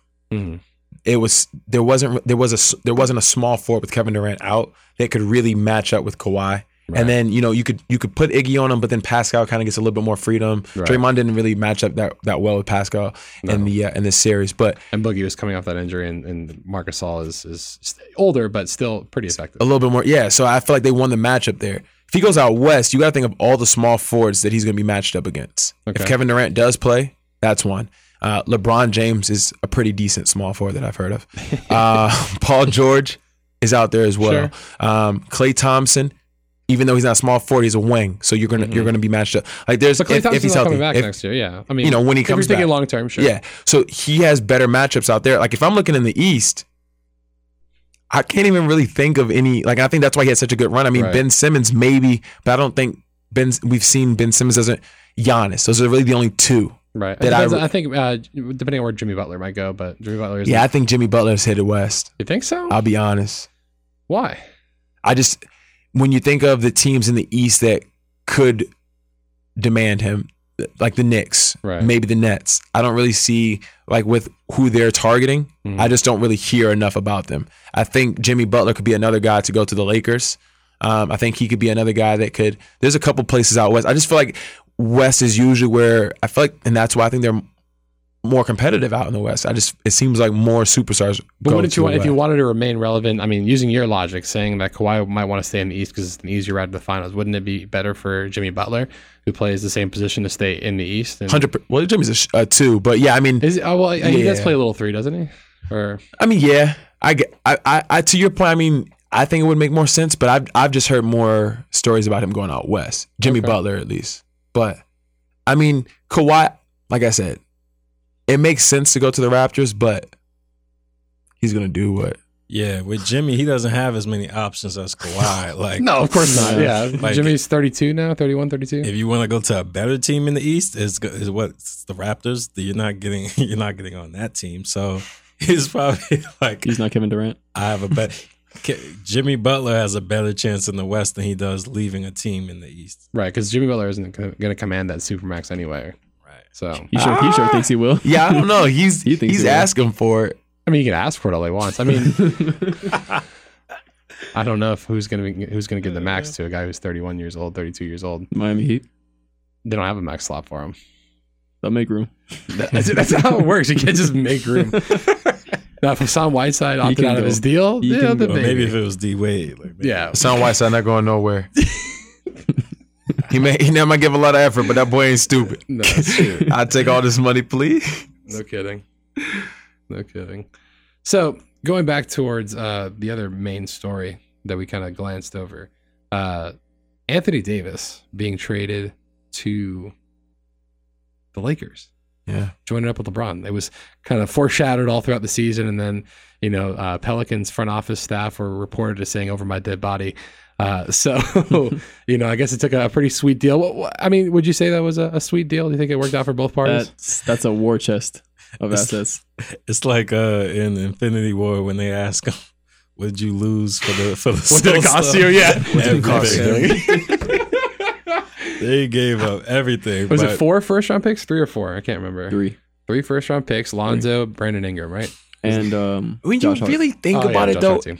C: it was there wasn't there was a s- there wasn't a small forward with Kevin Durant out that could really match up with Kawhi.
A: Right.
C: And then you know you could you could put Iggy on him, but then Pascal kind of gets a little bit more freedom.
A: Right.
C: Draymond didn't really match up that, that well with Pascal in the uh, in this series, but
A: And Boogie was coming off that injury, and, and Marcus All is is st- older but still pretty effective.
C: a little bit more yeah. So I feel like they won the matchup there. If he goes out west, you got to think of all the small forwards that he's going to be matched up against.
A: Okay.
C: If Kevin Durant does play, that's one. Uh, LeBron James is a pretty decent small forward that I've
A: <laughs>
C: heard of. Uh, Paul George is out there as well. Um, Clay Thompson, even though he's not small forward, he's a wing. So you're gonna you're gonna be matched up. Like there's
A: Mm-hmm. But Clay Thompson's
C: if, if he's
A: not
C: healthy,
A: coming back
C: if-
A: next year. Yeah, I mean,
C: you know, when he
A: if
C: comes
A: you're thinking
C: back.
A: long term, sure.
C: yeah. So he has better matchups out there. Like if I'm looking in the East, I can't even really think of any. Like I think that's why he had such a good run. I mean,
A: Right.
C: Ben Simmons maybe, but I don't think Ben. We've seen Ben Simmons doesn't. Giannis. Those are really the only two.
A: right.
C: That
A: That
C: I
A: I,
C: re-
A: I think uh, depending on where Jimmy Butler might go, but Jimmy Butler is.
C: Yeah, I think Jimmy Butler's headed west.
A: you think so?
C: I'll be honest.
A: Why?
C: I just when you think of the teams in the East that could demand him, like the Knicks,
A: Right.
C: maybe the Nets. I don't really see like with who they're targeting.
A: Mhm.
C: I just don't really hear enough about them. I think Jimmy Butler could be another guy to go to the Lakers. Um, I think he could be another guy that could. There's a couple places out west. I just feel like West is usually where I feel like, and that's why I think they're more competitive out in the West. I just it seems like more superstars.
A: But
C: go
A: wouldn't you
C: to uh, the
A: want if you
C: West.
A: wanted to remain relevant? I mean, using your logic, saying that Kawhi might want to stay in the East because it's an easier route to the finals, wouldn't it be better for Jimmy Butler, who plays the same position, to stay in the East? And
C: hundred? per- Well, Jimmy's a, sh- a two, but yeah, I mean,
A: Is oh, well, he does
C: Yeah.
A: play a little three, doesn't he? Or
C: I mean, yeah, I, get- I, I, I- to your point, I mean, I think it would make more sense, but I've, I've just heard more stories about him going out west, Jimmy
A: Okay.
C: Butler at least. But I mean, Kawhi, like I said, it makes sense to go to the Raptors, but he's gonna do what?
B: Yeah, with Jimmy, he doesn't have as many options as Kawhi. Like, uh,
A: no, of course
D: not.
A: Yeah,
B: Like-
A: Jimmy's thirty-two now, 31, 32.
B: if you want to go to a better team in the East, is is what it's the Raptors. You're not getting <laughs> you're not getting on that team. So <laughs> he's probably <laughs> like,
D: He's not Kevin Durant.
B: I have a bet. K- Jimmy Butler has a better chance in the West than he does leaving a team in the East.
A: Right, because Jimmy Butler isn't going to command that supermax anyway.
B: Right.
A: So
D: He sure, he sure
C: Ah!
D: thinks he will. <laughs>
C: Yeah, I
A: <laughs>
C: don't know. He's
D: He thinks
C: he's
D: he will.
C: asking for it.
A: I mean, he can ask for it all he wants. I mean, I don't know if who's going to be who's going to give the max to a guy who's 31 years old, 32 years old.
D: Miami Heat.
A: They don't have a max slot for him.
D: They'll make room.
A: That's, that's how it works. You can't just make
B: <laughs>
A: room. Now, if Hassan Whiteside opted
D: can
A: out of
D: go.
A: his deal,
D: He
A: yeah,
D: can
A: then
D: go.
B: Or
A: maybe.
B: maybe if it was D Wade. Like maybe-
A: yeah,
C: Son Whiteside not
A: <laughs>
C: going nowhere. he may he never might give a lot of effort, but that boy ain't stupid.
A: no, that's
C: <laughs>
A: true.
C: I take all this money, please.
A: No kidding. No kidding. So going back towards uh, the other main story that we kind of glanced over, uh, Anthony Davis being traded to the Lakers,
C: Yeah.
A: joining up with LeBron. It was kind of foreshadowed all throughout the season, and then you know uh, Pelicans front office staff were reported as saying "over my dead body." Uh, <laughs> so you know, I guess it took a pretty sweet deal. What, what, I mean, would you say that was a, a sweet deal? Do you think it worked out for both parties?
D: That's that's a war chest of assets.
B: It's like uh, in Infinity War when they ask him, "What did you lose for the for the
A: <laughs> What did it
B: soul
A: cost
B: stone?"
A: you? Uh, Yeah.
B: What did it cost
A: Everything.
B: They gave up everything.
A: Was
B: but-
A: it four first round picks? Three or four? I can't remember. Three,
D: Three.
A: first round picks Lonzo, Brandon Ingram, right?
D: And um
C: When
D: Josh
C: you
D: Hart.
C: really think
A: Oh, yeah,
C: about it
A: Josh
C: though,
A: Hart, too.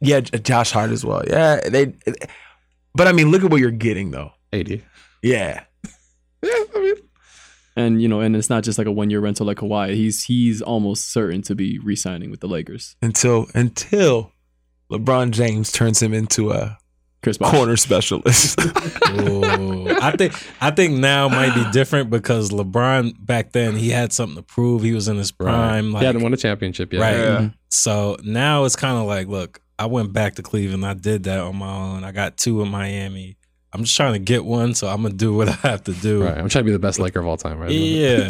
C: Yeah, J- Josh Hart as well. Yeah, they. But I mean, look at what you're getting though.
A: 80.
C: Yeah,
A: Yeah, I mean,
D: and you know, and it's not just like a one year rental like Kawhi. He's he's almost certain to be re signing with the Lakers.
C: until until LeBron James turns him into a
D: Chris Bosh.
C: corner specialist.
B: Ooh. I think I think now might be different because LeBron back then he had something to prove. He was in his prime.
A: he
B: Like,
A: hadn't won a championship yet.
B: Right. Mm-hmm.
C: Yeah.
B: so now it's kind of like, look, I went back to Cleveland. I did that on my own. I got two in Miami. I'm just trying to get one, so I'm gonna do what <laughs> I have to do.
A: Right. I'm trying to be the best Laker of all time, right?
B: Yeah,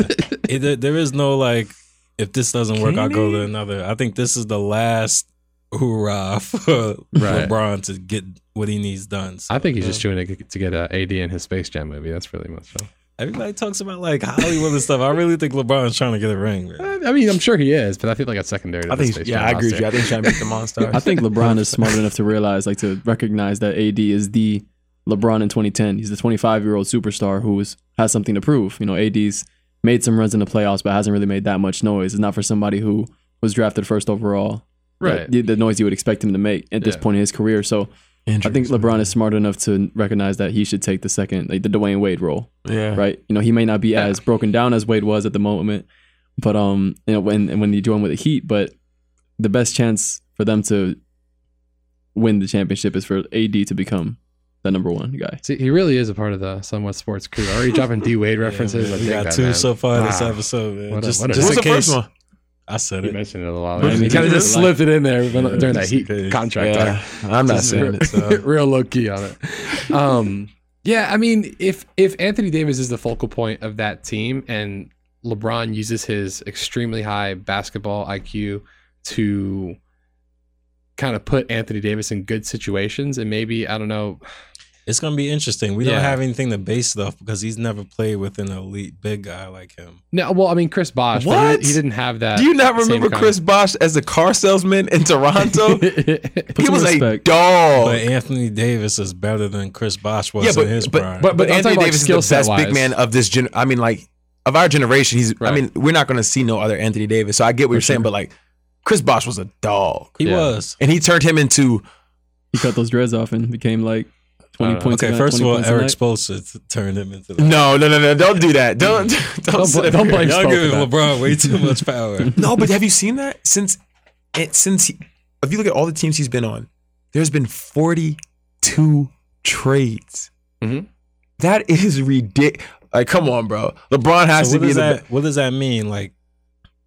B: It- there- there is no like, if this doesn't work,
C: Can
B: I'll go
C: he?
B: to another. I think this is the last hoorah <laughs> for
A: Right.
B: LeBron to get what he needs done. So,
A: I think he's just doing it to get uh, AD in his Space Jam movie. That's really much fun.
B: everybody talks about like Hollywood and stuff. I really think LeBron's trying to get a ring. Man.
A: I I mean, I'm sure he is, but I feel like that's secondary to
C: I
A: the
C: think.
A: Space
C: Yeah, I
A: Jam
C: agree with you. I
A: roster.
C: think he's trying to make the monster.
D: I think LeBron is smart enough to realize, like, to recognize that AD is the LeBron in 2010. He's the 25 year old superstar who is, has something to prove. You know, AD's made some runs in the playoffs, but hasn't really made that much noise. It's not for somebody who was drafted first overall.
A: <laughs> Right.
D: The, the noise you would expect him to make at this
A: Yeah.
D: point in his career. So I think LeBron is smart enough to recognize that he should take the second, like the Dwayne Wade role
C: Yeah.
D: right? You know, he may not be as broken down as Wade was at the moment, but um, you know, when and when you join with the Heat, but the best chance for them to win the championship is for AD to become the number one guy.
A: See, he really is a part of the Somewhat Sports crew. Already dropping D Wade
B: Yeah,
A: references.
B: man.
A: I
B: we
A: dig
B: got
A: that,
B: two
A: man.
B: so far this
A: Wow.
B: episode. Man.
A: What a-
B: just
A: what a-
B: just
C: What's
B: in
C: the
B: case,
C: first one?
B: I said
A: You
B: it.
A: mentioned it a lot.
D: But
A: You
D: you
A: kind of
D: did
A: just
D: it like-
A: slipped it in there when- during that
B: just
A: heat
B: in case.
A: contract.
C: Yeah, I'm not
A: Just
C: saying
A: real-
C: it. So.
A: <laughs> real low key on it. Um, yeah, I mean, if if Anthony Davis is the focal point of that team, and LeBron uses his extremely high basketball IQ to kind of put Anthony Davis in good situations, and maybe I don't know,
B: It's gonna be interesting. We
A: Yeah.
B: don't have anything to base it off because he's never played with an elite big guy like him.
A: no, well, I mean, Chris Bosh, but he-
C: What?
A: He, didn't have that.
C: Do you not
A: same
C: remember
A: kind
C: Chris Bosch as a car salesman in
A: <laughs>
C: Toronto? he
D: some
C: was a
D: respect.
C: dog.
B: But Anthony Davis is better than Chris Bosh was
C: Oh, yeah,
B: in his
C: but
B: prime.
C: but, but,
A: But
C: but
A: I'm talking
C: Anthony
A: about
C: Davis is
A: skill
C: the
A: set
C: best big
A: wise.
C: man of this gen. I mean, like of our generation, he's.
A: Right.
C: I mean, we're not going to see no other Anthony Davis. So I get what you're saying, but like Chris Bosch was a dog,
B: he
A: Yeah.
B: was.
C: and he turned him into.
D: He cut those dreads off and became like
A: I
D: twenty
A: don't know.
D: points. a
B: Okay,
D: night,
B: first of
D: 20
B: all,
D: points a
B: Eric
D: night.
B: Spoelstra t- turned him into the
C: No, no, no, no! Don't do that. Don't <laughs> don't
A: Don't
C: sit
A: bl-
C: up
A: don't
C: here.
A: blame-
B: Y'all
A: Spoke
B: giving
A: about-
B: LeBron way
C: <laughs>
B: too much power.
C: No, but have you seen that since it, since he, if you look at all the teams he's been on, there's been 42 trades.
A: Mhm.
C: That is ridiculous. Like, come on, bro. LeBron has
B: So
C: to
B: what,
C: be
B: does
C: the.
B: that, what does that mean? Like,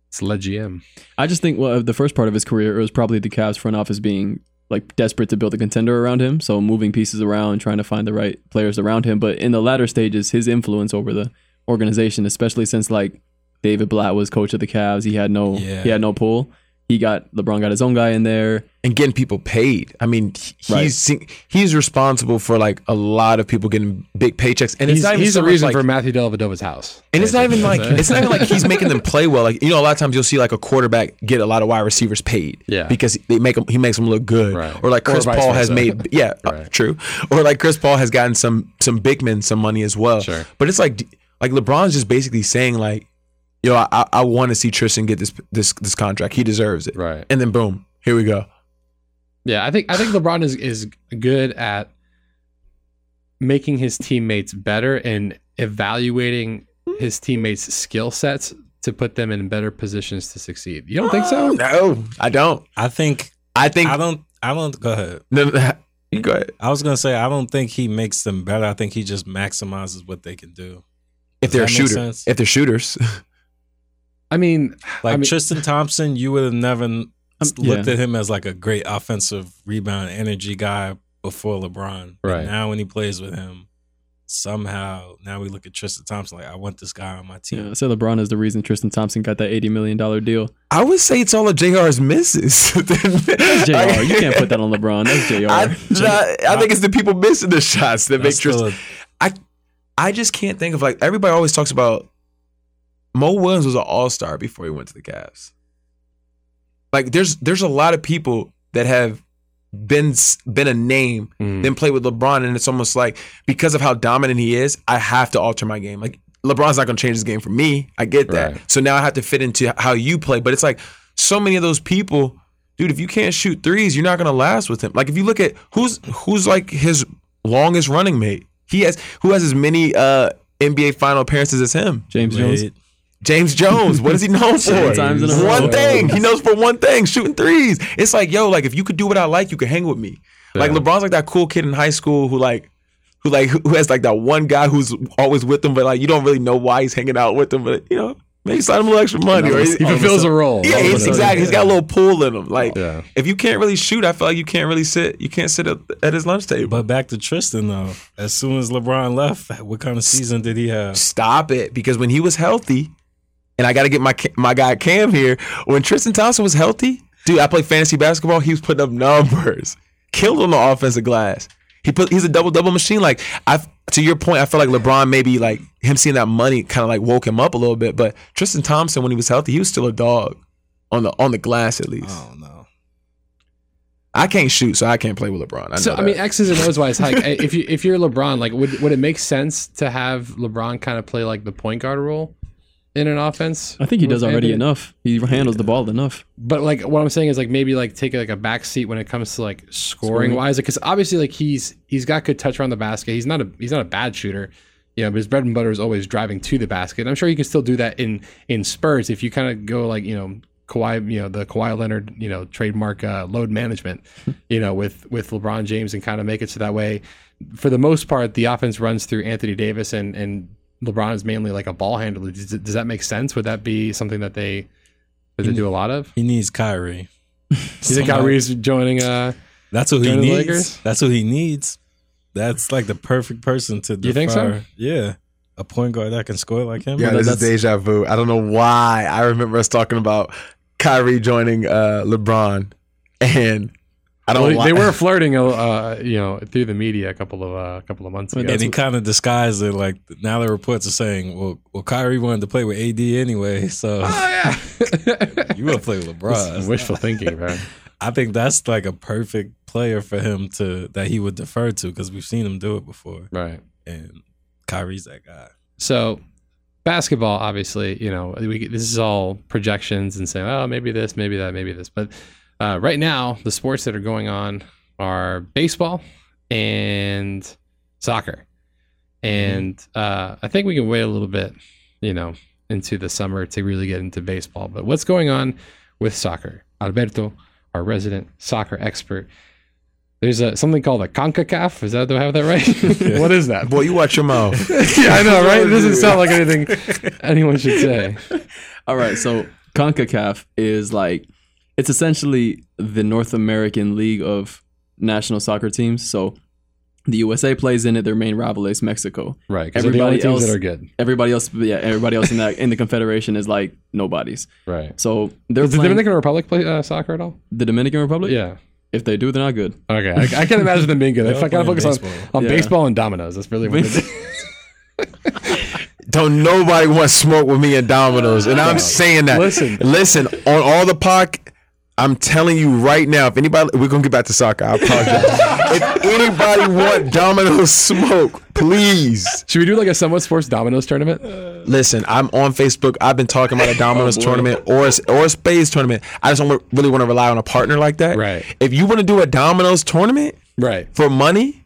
A: It's Le GM.
D: I just think well, the first part of his career, it was probably the Cavs front office being like desperate to build a contender around him, so moving pieces around, trying to find the right players around him. But in the latter stages, his influence over the organization, especially since like David Blatt was coach of the Cavs, he had no
B: Yeah.
D: he had no pull. He got LeBron got his own guy in there.
C: and getting people paid. I mean, he- he's
D: Right.
C: sing- he's responsible for like a lot of people getting big paychecks, and it's
A: He's,
C: not even
A: he's
C: so
A: the
C: much,
A: reason
C: like-
A: for Matthew Dellavedova's house.
C: And it's not
A: <laughs>
C: even like
A: Basically.
C: it's not even like he's making them play well. Like you know, a lot of times you'll see like a quarterback get a lot of wide receivers paid,
A: Yeah.
C: because they make him he makes them look good,
A: Right.
C: or like
A: Or
C: Chris
A: vice
C: Paul has
A: versa. <laughs>
C: made yeah uh,
A: Right.
C: true, or like Chris Paul has gotten some some big men some money as well.
A: Sure.
C: But it's like like LeBron's just basically saying like, yo, I I, I want to see Tristan get this this this contract. He deserves it.
A: right.
C: And then boom, here we go.
A: Yeah, I think I think LeBron is is good at making his teammates better and evaluating his teammates' skill sets to put them in better positions to succeed. You don't think so?
D: Ah.
C: No, I don't.
B: I think
C: I think
B: I don't. I don't. Go ahead.
C: No, no, no. you go ahead.
B: I was gonna say I don't think he makes them better. I think he just maximizes what they can do.
C: If
B: Does
C: they're
B: that
C: a
B: make
C: shooter,
B: sense?
C: if they're shooters, <laughs>
A: I mean,
B: Like
A: I mean-
B: Tristan Thompson, you would have never n-
D: Um,
B: looked
D: yeah.
B: at him as like a great offensive rebound energy guy before LeBron. But
A: Right.
B: now when he plays with him, somehow now we look at Tristan Thompson like I want this guy on my
D: Yeah,
B: team.
D: I said LeBron is the reason Tristan Thompson got that eighty million dollar deal.
C: I would say it's all of Jr's misses. <laughs>
D: Jr. you can't put that on
B: <laughs>
D: LeBron. That's Jr.
C: I, nah, I think it's the people missing the shots that make
B: That's
C: Tristan.
B: still a-
C: I just can't think of like everybody always talks about. Mo Williams was an all star before he went to the Cavs. Like there's there's a lot of people that have been s- been a name,
A: Mm.
C: then play with LeBron, and it's almost like because of how dominant he is, I have to alter my game. Like LeBron's not going to change his game for me. I get that.
A: Right.
C: So now I have to fit into how you play. But it's like so many of those people, dude. If you can't shoot threes, you're not going to last with him. Like if you look at who's who's like his longest running mate, he has who has as many uh NBA final appearances as him.
D: James Jones.
B: Wade.
C: James Jones. What is he known for?
D: <laughs> Seven times in a row.
C: One thing. He knows for one thing, shooting threes. It's like, yo, like if you could do what I like, you could hang with me. Like
A: Yeah.
C: LeBron's like that cool kid in high school who like who like who has like that one guy who's always with him, but like you don't really know why he's hanging out with him, but you know, maybe sign him a little extra money. Or
A: he fulfills a role.
C: yeah,
A: All of a
C: he's,
A: sudden.
C: exactly. He's got a little pull in him. Like
A: Yeah.
C: if you can't really shoot, I feel like you can't really sit you can't sit at, at his lunch table.
B: But back to Tristan though. As soon as LeBron left, what kind of season did he have?
C: stop it because when he was healthy, and I got to get my ca- my guy Cam here. When Tristan Thompson was healthy, dude, I played fantasy basketball. He was putting up numbers, <laughs> killed on the offensive glass. He put he's a double double machine. Like I to your point, I feel like LeBron maybe like him seeing that money kind of like woke him up a little bit. But Tristan Thompson, when he was healthy, he was still a dog on the on the glass at least.
A: Oh.
B: I don't know.
C: I can't shoot, so I can't play with LeBron. I know
A: So I
C: that.
A: mean, X's and O's wise,
D: <laughs>
A: like if you if you're LeBron, like would would it make sense to have LeBron kind of play like the point guard role in an offense?
D: I think he
A: with
D: does already
A: Anthony?
D: enough. He handles the ball enough.
A: But like what I'm saying is like maybe like take like a back seat when it comes to like scoring
D: Scoring.
A: wise, because obviously like he's he's got good touch around the basket. He's not a he's not a bad shooter, you know. But his bread and butter is always driving to the basket. And I'm sure he can still do that in in spurts if you kind of go like you know Kawhi, you know the Kawhi Leonard, you know trademark uh, load management, you know with with LeBron James and kind of make it so that way. For the most part, the offense runs through Anthony Davis and and LeBron is mainly like a ball handler. Does, does that make sense? Would that be something that they that they do a lot of.
B: He needs Kyrie.
A: <laughs> You think Kyrie's joining? Uh,
B: That's what he
A: Joining the
B: needs.
A: Lakers?
B: That's what he needs. That's like the perfect person to. Defer.
A: You think so?
B: Yeah, a point guard that can score like him.
C: Yeah,
D: Well,
C: this is
D: that's-
C: deja vu. I don't know why. I remember us talking about Kyrie joining uh, LeBron, and I don't.
A: well,
C: why-
A: they
C: <laughs>
A: were flirting, uh, uh, you know, through the media a couple of uh, a couple of months
D: Well,
A: ago.
B: and he kind of disguised it. Like now, the reports are saying, "Well, well, Kyrie wanted to play with AD
A: <laughs>
B: anyway, <laughs> so
A: <laughs> oh
C: <laughs>
A: yeah,
B: you want to play with LeBron."
A: It's wishful thinking, bro.
B: I think that's like a perfect player for him to that he would defer to because we've seen him do it before,
A: right.
B: and Kyrie's that guy.
A: So basketball, obviously, you know, we, this is all projections and saying, oh, maybe this, maybe that, maybe this. But uh, right now, the sports that are going on are baseball and soccer, and uh, I think we can wait a little bit, you know, into the summer to really get into baseball. But what's going on with soccer? Alberto, our resident soccer expert. There's a, something called a CONCACAF. Is that do I have that right? what is that?
C: Boy, you watch your mouth.
A: <laughs> yeah, I know, right? It doesn't sound like
D: <laughs>
A: anything anyone should say.
D: All right, so CONCACAF is like it's essentially the North American League of National Soccer Teams. So the USA plays in it. Their main rival is Mexico.
A: Right,
D: 'cause they're the only Everybody
A: teams
D: teams that
A: that
D: else-
A: are
D: are
A: good.
D: Everybody else, yeah, everybody else in that in the Confederation is like nobodies.
A: Right.
D: So they're
A: Does the
D: playing-
A: Dominican Republic play uh, soccer at all?
D: the Dominican Republic.
A: Yeah.
D: If they do, they're not good.
A: Okay. I, I can't imagine them being good. They
B: They're all
A: kind of
B: playing
A: focus on,
B: baseball.
A: on
D: Yeah.
A: baseball and dominoes. That's really what they do.
C: Don't nobody want smoke with me and Domino's, and I'm saying that.
A: Listen.
C: listen. On all the pod, I'm telling you right now. If anybody, we're gonna get back to soccer. I apologize.
A: <laughs>
C: if anybody want Domino's smoke, please
A: Should we do like a somewhat sports dominoes tournament?
C: listen. I'm on Facebook. I've been talking <laughs> about a Domino's tournament or a, or a Spades tournament. I just don't really want to rely on a partner like that.
A: Right.
C: If you want to do a Domino's tournament
A: Right.
C: for <laughs> money,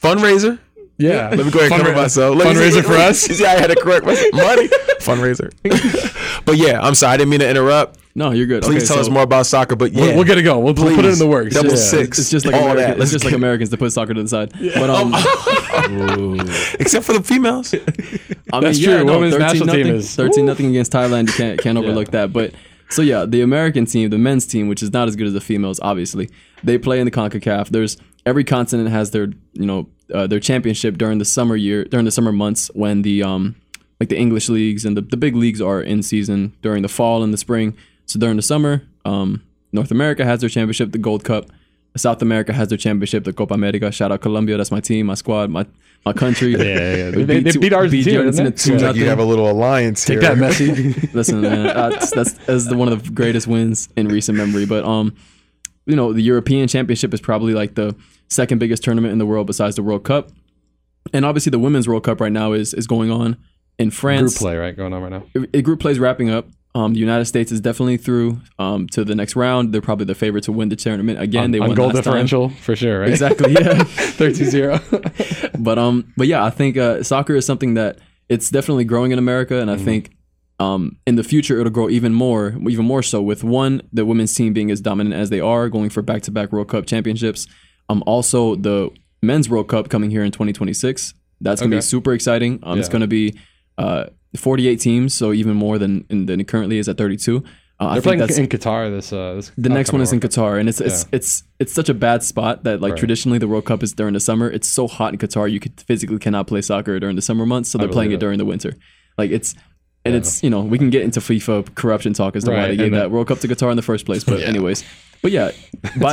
C: fundraiser.
A: Yeah.
C: Let me go ahead and cover
A: Fundraiser-
C: myself. Let me
A: fundraiser
C: see-
A: for us?
C: <laughs> You see, how I had to correct myself. Money <laughs> fundraiser. but yeah, I'm sorry. I didn't mean to interrupt.
D: No, you're good.
C: Please
D: Okay,
C: tell
D: so
C: us more about soccer. But yeah,
A: We'll, we'll get it going. We'll, we'll put it in
C: Please.
A: the works.
C: Double
A: Yeah.
C: six.
D: It's just like
C: All
D: America-
C: that.
D: it's
C: Let's Oh,
D: just like Americans to put soccer to the side. But um,
C: <laughs> except for the <laughs> females.
D: I
A: That's
D: mean,
A: true.
D: Yeah, no,
A: Women's
D: 13
A: national team
D: nothing,
A: is-
D: 13 nothing against Thailand. You can't
A: <laughs>
D: can't overlook that. But so yeah, the American team, the men's team, which is not as good as the females, obviously, they play in the CONCACAF. There's every continent has their you know uh, their championship during the summer year during the summer months when the um like the English leagues and the, the big leagues are in season during the fall and the spring. So during the summer, um, North America has their championship, the Gold Cup. South America has their championship, the Copa America. Shout out Colombia, that's my team, my squad, my my country. <laughs>
A: yeah, yeah.
D: We
A: They- they
D: two-
A: beat Argentina, didn't they?
D: two
C: Seems like you
D: nothing.
C: have a little alliance
A: Take
C: here.
A: that, Messi.
D: Listen, man, that's that's, that's the, one of the greatest wins in recent memory. But um, you know, the European Championship is probably like the second biggest tournament in the world besides the World Cup, and obviously the Women's World Cup right now is is going on in
A: Group
D: France.
A: play, right? Going on right now.
D: It- it- group plays wrapping up. Um, the United States is definitely through um, to the next round. They're probably the favorite to win the tournament again. they
A: on
D: won
A: goal
D: last time.
A: differential for sure, right? <laughs>
D: Exactly. Yeah.
A: 32 0.
D: <laughs> but um but yeah i think uh, soccer is something that it's definitely growing in america and i
A: Mm-hmm.
D: think um in the future it'll grow even more even more so with one the women's team being as dominant as they are going for back-to-back world cup championships um also the men's world cup coming here in 2026 that's gonna
A: Okay.
D: be super exciting um it's
A: Yeah.
D: gonna be uh 48 teams so even more than than it currently is at 32 uh, I
A: They're
D: think
A: playing
D: that's
A: in Qatar this. Uh, this
D: the next one is in
A: upcoming
D: Qatar, and it's it's it's it's such a bad spot that like
A: Right.
D: traditionally the World Cup is during the summer. It's so hot in Qatar, you could, physically cannot play soccer during the summer months, so they're
A: believe
D: playing it
A: it.
D: during the winter. Like it's and it's you know we can get into FIFA corruption talk as to why
A: Right,
D: they gave
A: and
D: that
A: then-
D: World Cup to Qatar in the first place. But anyways, but
A: <laughs>
D: yeah, by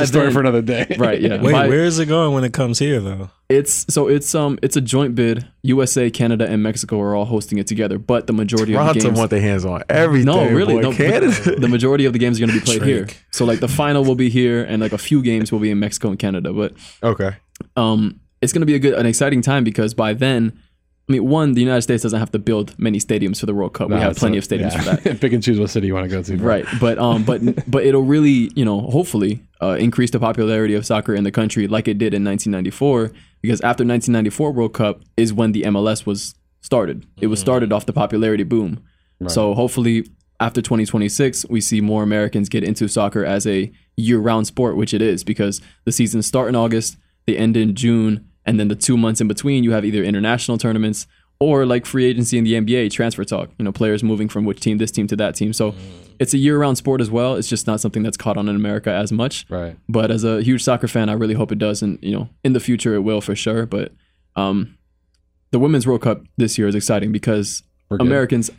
A: World Cup. Story
D: then-
A: for another <laughs> day.
D: right, yeah,
B: Wait,
D: by-
B: where is it going when it comes here though?
D: it's so it's um it's a joint bid. USA, Canada, and Mexico are all hosting it together, but the majority of the
C: Toronto
D: games
C: want their hands on everything.
D: No, really,
C: boy.
D: no, but <laughs>
C: Canada.
D: The majority of the games are going to be played here.
B: Drake.
D: So like the final will be here, and like a few games will be in Mexico and Canada. But
C: Okay.
D: um, it's going to be a good, an exciting time because by then, I mean, one, the United States doesn't have to build many stadiums for the World Cup. we have plenty of stadiums for
A: <laughs>
D: that.
A: Pick and choose what city you want to go to.
D: Right, but um, but but it'll really, you know, hopefully uh, increase the popularity of soccer in the country like it did in 1994. Because after 1994 World Cup is when the MLS was started. It was started off the popularity boom. So hopefully after 2026 we see more Americans get into soccer as a year-round sport, which it is, because the seasons start in August, they end in June, and then the two months in between you have either international tournaments or like free agency in the NBA, transfer talk, you know, players moving from which team, this team to that team. So it's a year round sport as well. It's just not something that's caught on in America as much.
A: Right.
D: But as a huge soccer fan, I really hope it does. And, you know, in the future, it will for sure. But um, the Women's World Cup this year is exciting because
A: We're good.
D: Americans,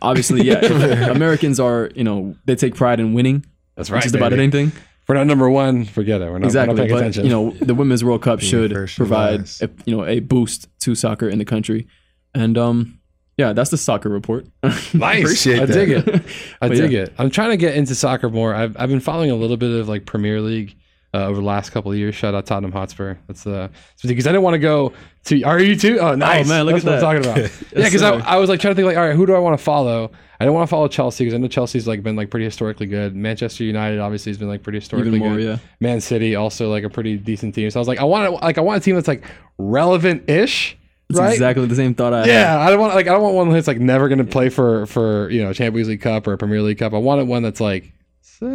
A: <laughs>
D: obviously, yeah, Americans are, you know, they take pride in winning.
A: That's
D: which
A: right.
D: is about
A: baby.
D: anything.
A: If we're not number one, forget it. We're not,
D: exactly.
A: we're not paying
D: but,
A: attention.
D: you know, the Women's World Cup
A: Being
D: should
A: first in
D: provide,
A: class.
D: a, you know, a boost to soccer in the country. And, um, yeah, that's the soccer report. <laughs>
A: nice.
C: Appreciate
A: I
C: that.
A: dig it. I
D: But
A: dig
D: yeah.
A: it. I'm trying to get into soccer more. I've, I've been following a little bit of like Premier League uh, over the last couple of years. Shout out Tottenham Hotspur. That's uh, it's because I didn't want to go to. Are you too? Oh, nice.
D: man, look
A: That's
D: at
A: what I'm
D: that.
A: talking about. <laughs> <laughs> yeah,
D: <laughs>
A: because I, I was like trying to think like, all right, who do I want to follow? I don't want to follow Chelsea because I know Chelsea's like been like pretty historically good. Manchester United obviously has been like pretty historically
D: Even more,
A: good.
D: yeah.
A: Man City also like a pretty decent team. So I was like, I want like I want a team that's like relevant ish.
D: It's
A: right?
D: exactly the same thought I had.
A: Yeah, I don't want like I don't want one that's like never gonna play for for you know Champions League Cup or a Premier League Cup. I wanted one that's like. Uh,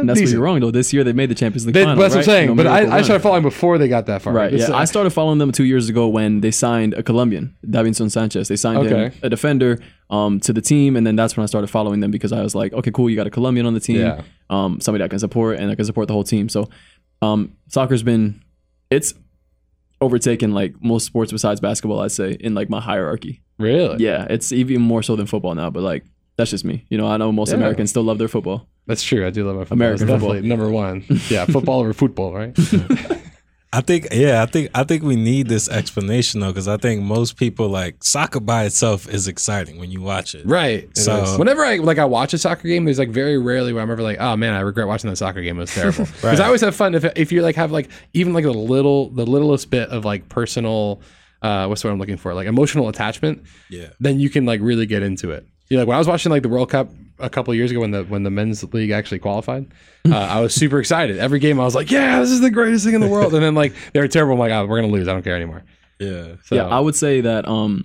D: And that's where
A: decent.
D: you're wrong though. This year they made the Champions League
A: They-
D: final.
A: that's what I'm
D: right?
A: saying.
D: No
A: but I,
D: miracle
A: I
D: run.
A: started following before they got that far.
D: Right.
A: It's,
D: Yeah.
A: uh,
D: I started following them two years ago when they signed a Colombian, Davinson Sanchez. They signed him,
A: Okay.
D: a defender, um, to the team, and then that's when I started following them because I was like, okay, cool, you got a Colombian on the team,
A: Yeah.
D: um, somebody I can support, and I can support the whole team. So, um, soccer's been, it's overtaken like most sports besides basketball. I'd say in like my hierarchy.
A: really.
D: Yeah, it's even more so than football now. But like, that's just me. You know, I know most
A: Yeah.
D: Americans still love their football.
A: That's true. I do love my football.
D: American
A: It's
D: football.
A: definitely number one.
D: <laughs>
A: Yeah, football over football, right?
B: I think yeah, I think I think we need this explanation though, because I think most people like soccer by itself is exciting when you watch it.
A: Right.
B: So-
A: So whenever I like I watch a soccer game, there's like very rarely where I'm ever like, oh man, I regret watching that soccer game. It
D: <laughs>
A: was terrible. Because I always have fun if if you like have like even like the little the littlest bit of like personal, uh, what's the word I'm looking for? Like emotional attachment.
B: Yeah.
A: Then you can like really get into it. You know, like when I was watching like the World Cup a couple of years ago when the when the men's league actually qualified,
D: <laughs>
A: uh, I was super excited. Every game I was like, yeah, this is the greatest thing in the world. And then like they were terrible. I'm like, oh, we're gonna lose. I don't care anymore.
B: Yeah.
A: So,
D: Yeah, I would say that um,